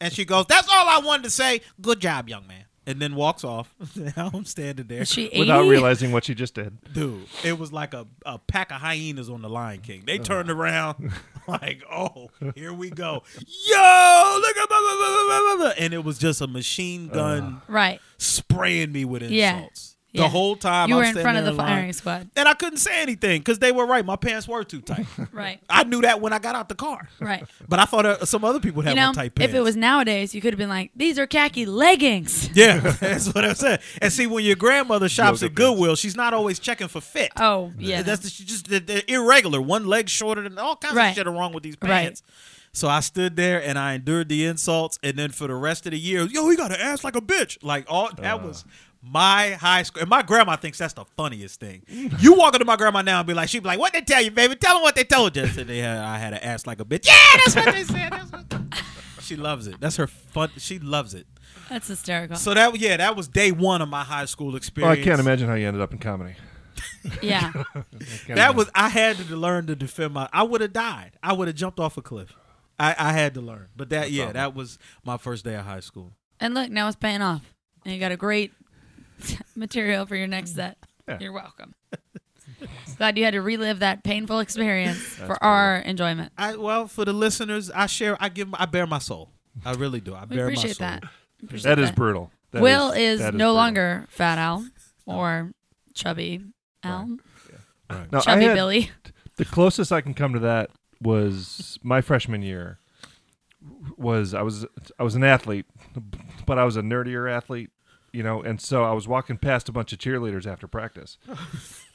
and she goes, "That's all I wanted to say. Good job, young man." And then walks off. now I'm standing there. Is she 80? Without realizing what you just did. Dude, it was like a, a pack of hyenas on the Lion King. They turned around like, oh, here we go. Yo, look at blah, blah, blah, blah, blah, blah. And it was just a machine gun Right. spraying me with Yeah. insults. The Yeah. whole time You I'm were in sitting front of there the like- firing squad. And I couldn't say anything because they were right. My pants were too tight. Right. I knew that when I got out the car. Right. But I thought uh, some other people would You have know, on tight pants. if it was nowadays, you could have been like, "These are khaki leggings." Yeah, that's what I said. And see, when your grandmother shops Yoga at Goodwill, she's not always checking for fit. Oh yeah. That's the, she just they're, they're irregular. One leg shorter than all kinds of Right. shit are wrong with these Right. pants. So I stood there and I endured the insults, and then for the rest of the year, yo, he got an ass like a bitch. Like all that Uh. was my high school. And my grandma thinks that's the funniest thing. you walk into my grandma now and be like, she'd be like, "What they tell you, baby? Tell them what they told you." I said they had, I had an ass like a bitch. Yeah, that's what they said. That's what. She loves it. That's her fun. She loves it. That's hysterical. So that yeah, that was day one of my high school Well, Oh, I experience. can't imagine how you ended up in comedy. yeah. Can't That imagine. was I had to learn to defend my. I would have died. I would have jumped off a cliff. I, I had to learn. But that yeah, that was my first day of high school. And look, now it's paying off. And you got a great material for your next set. Yeah. You're welcome. Glad you had to relive that painful experience for our enjoyment. I well for the listeners, I share. I give. I bear my soul. I really do. I We bear appreciate my soul. that. Appreciate that is that. brutal. That Will is, that no brutal. longer Fat Al or Chubby Al, No, I Chubby had- Billy. The closest I can come to that was my freshman year. Was I was I was an athlete, but I was a nerdier athlete, you know, and so I was walking past a bunch of cheerleaders after practice,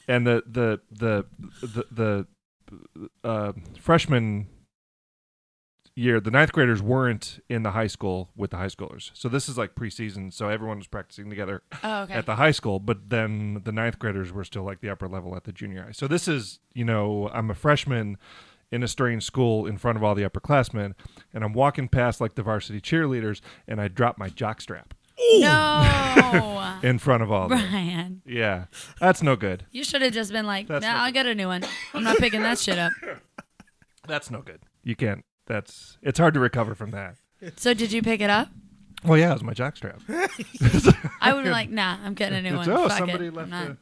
and the the the the, the uh, freshman year, the ninth graders weren't in the high school with the high schoolers, so this is like preseason, so everyone was practicing together Oh, okay. at the high school, but then the ninth graders were still like the upper level at the junior high. So this is, you know, I'm a freshman in a strange school in front of all the upperclassmen, and I'm walking past like the varsity cheerleaders, and I drop my jockstrap No, in front of all of them. Brian. Yeah, that's no good. You should have just been like, no, That's not I'll get a new one. I'm not picking that shit up. That's no good. You can't. That's it's hard to recover from that. So did you pick it up? Well, yeah, it was my jockstrap. I would have been like, nah, I'm getting a new It's, one. oh, Fuck somebody it. left I'm a not.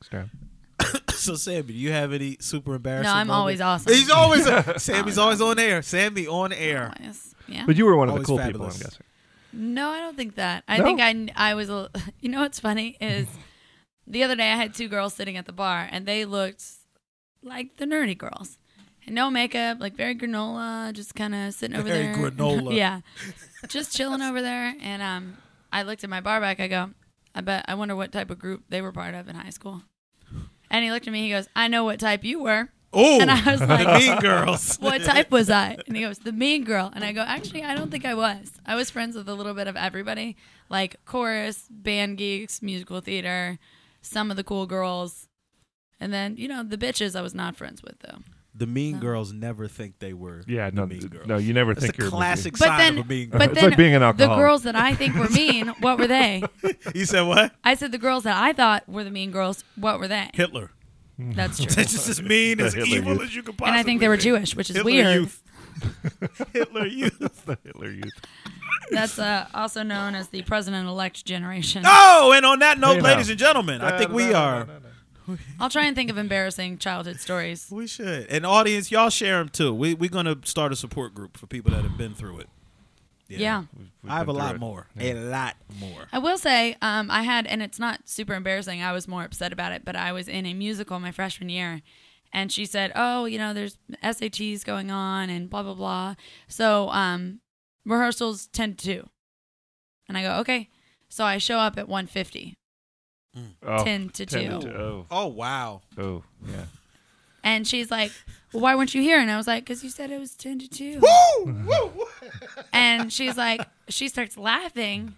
jockstrap. So Sammy, do you have any super embarrassing? No, I'm moments? always awesome. He's always Sammy's always on air. Sammy on air. Yes. Yeah. But you were one of the Always cool people, I'm fabulous. guessing. No, I don't think that. I No? think I I was a. You know what's funny is the other day I had two girls sitting at the bar and they looked like the nerdy girls, and no makeup, like very granola, just kind of sitting over Very there. granola. yeah, just chilling over there. And um, I looked at my bar back. I go, I bet I wonder what type of group they were part of in high school. And he looked at me. He goes, I know what type you were. Oh, And I was like, the Mean Girls. what type was I? And he goes, the mean girl. And I go, actually, I don't think I was. I was friends with a little bit of everybody, like chorus, band geeks, musical theater, some of the cool girls. And then, you know, the bitches I was not friends with, though. The Mean No. Girls never think they were. Yeah, the no, mean girls. no, you never That's think a you're a mean- classic But sign then, of a mean girl. but It's then like being an the alcoholic. girls that I think were mean, what were they? you said what? I said the girls that I thought were the mean girls, what were they? Hitler. That's true. That's just as mean as Hitler evil Youth. as you could possibly. And I think they were Jewish, which is weird. Hitler Youth. the Hitler Youth. That's uh, also known as the president-elect generation. Oh, and on that note, Hey, now. ladies and gentlemen, I think we are. I'll try and think of embarrassing childhood stories. We should. And audience, y'all share them too. We we're gonna start a support group for people that have been through it. yeah. We've I have a been through lot it. more. A lot more. I will say, um, I had, and it's not super embarrassing. I was more upset about it, but I was in a musical my freshman year, and she said, "Oh, you know, there's SATs going on and blah blah blah." So um, rehearsals ten to two, and I go, "Okay." So I show up at 1:50, Oh, 10 to 2. Oh, Oh wow. oh, yeah. and she's like, well, "Why weren't you here?" And I was like, "Cause you said it was ten to two. and she's like, she starts laughing.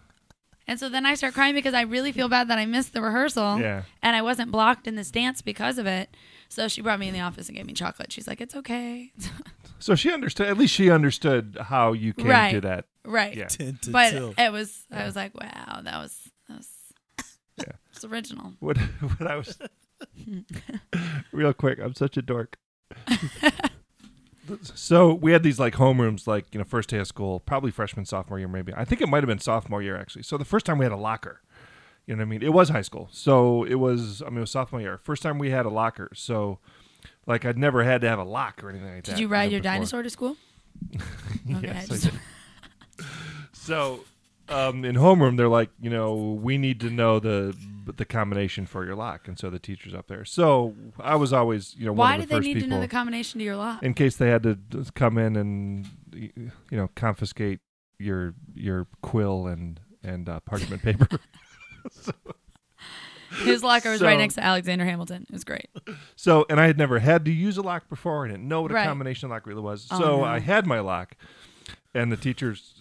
And so then I start crying because I really feel bad that I missed the rehearsal. Yeah. And I wasn't blocked in this dance because of it. So she brought me in the office and gave me chocolate. She's like, it's okay. So she understood. At least she understood how you came Right. to that. right. Yeah. Ten to But two. it was, I was like, wow, that was, that was, it's original. What, what I was. real quick, I'm such a dork. so we had these like homerooms, like you know, first day of school, probably freshman, sophomore year, maybe. I think it might have been sophomore year actually. So the first time we had a locker. You know what I mean? It was high school. So it was, I mean, it was sophomore year. First time we had a locker. So, like, I'd never had to have a lock or anything like that. Did you you ride know, your before. dinosaur to school? Okay. Yes, I I just- did. So, um, in homeroom, they're like, you know, we need to know the the combination for your lock, and so the teacher's up there. So I was always, you know, why one did of the they first need to people know the combination to your lock? in case they had to d- come in and you know confiscate your your quill and and uh, parchment paper. His locker was right So- next to Alexander Hamilton. It was great. So, and I had never had to use a lock before. I didn't know what a Right. combination lock really was. Oh, so no. I had my lock, and the teacher's.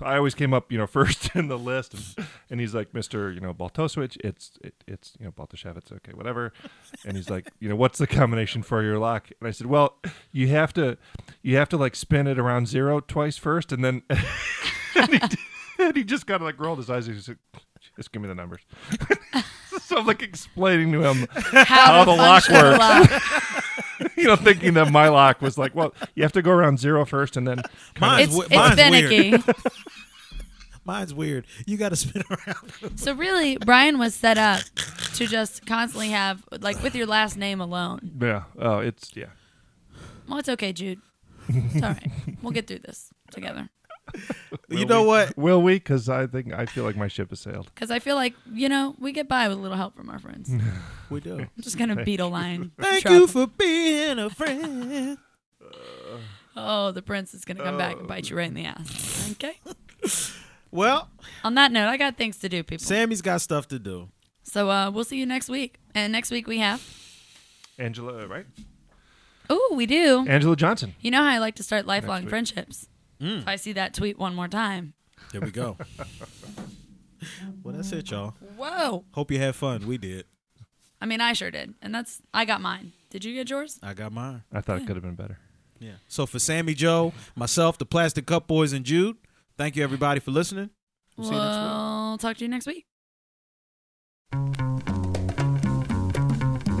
I always came up, you know, first in the list, and, and he's like, "Mister, you know, Baltosewicz, it's it, it's you know, Baltashevitz, okay, whatever." And he's like, "You know, what's the combination for your lock?" And I said, "Well, you have to, you have to like spin it around zero twice first, and then." and he did- and he just kind of like rolled his eyes. He's like, just give me the numbers. so I'm like explaining to him How the lock function works. lock. you know, thinking that my lock was like, well, you have to go around zero first and then Mine's, It's, we- it's mine's weird. finicky. Mine's weird. You got to spin around. so really, Brian was set up to just constantly have like with your last name alone. yeah, oh, it's yeah. Well, it's okay, Jude. It's all right. We'll get through this together. you know what? Will we? Because I think I feel like my ship has sailed. Because I feel like you know we get by with a little help from our friends. I'm We do. just gonna beat a line. Thank Trouble. you for being a friend. Oh, the prince is gonna come back and bite you right in the ass. Oh. Okay. Well, On that note, I got things to do, people. Sammy's got stuff to do. So uh, we'll see you next week. And next week we have. Angela, right? Oh, we do. Angela Johnson. You know how I like to start lifelong friendships. Mm. If I see that tweet one more time. There we go. well, that's it, y'all. Whoa. Hope you had fun. We did. I mean, I sure did, and that's I got mine. Did you get yours? I got mine. I thought it could have been better. Yeah. So for Sammy Joe, myself, the Plastic Cup Boys, and Jude, thank you everybody for listening. We'll see you next week. talk to you next week. The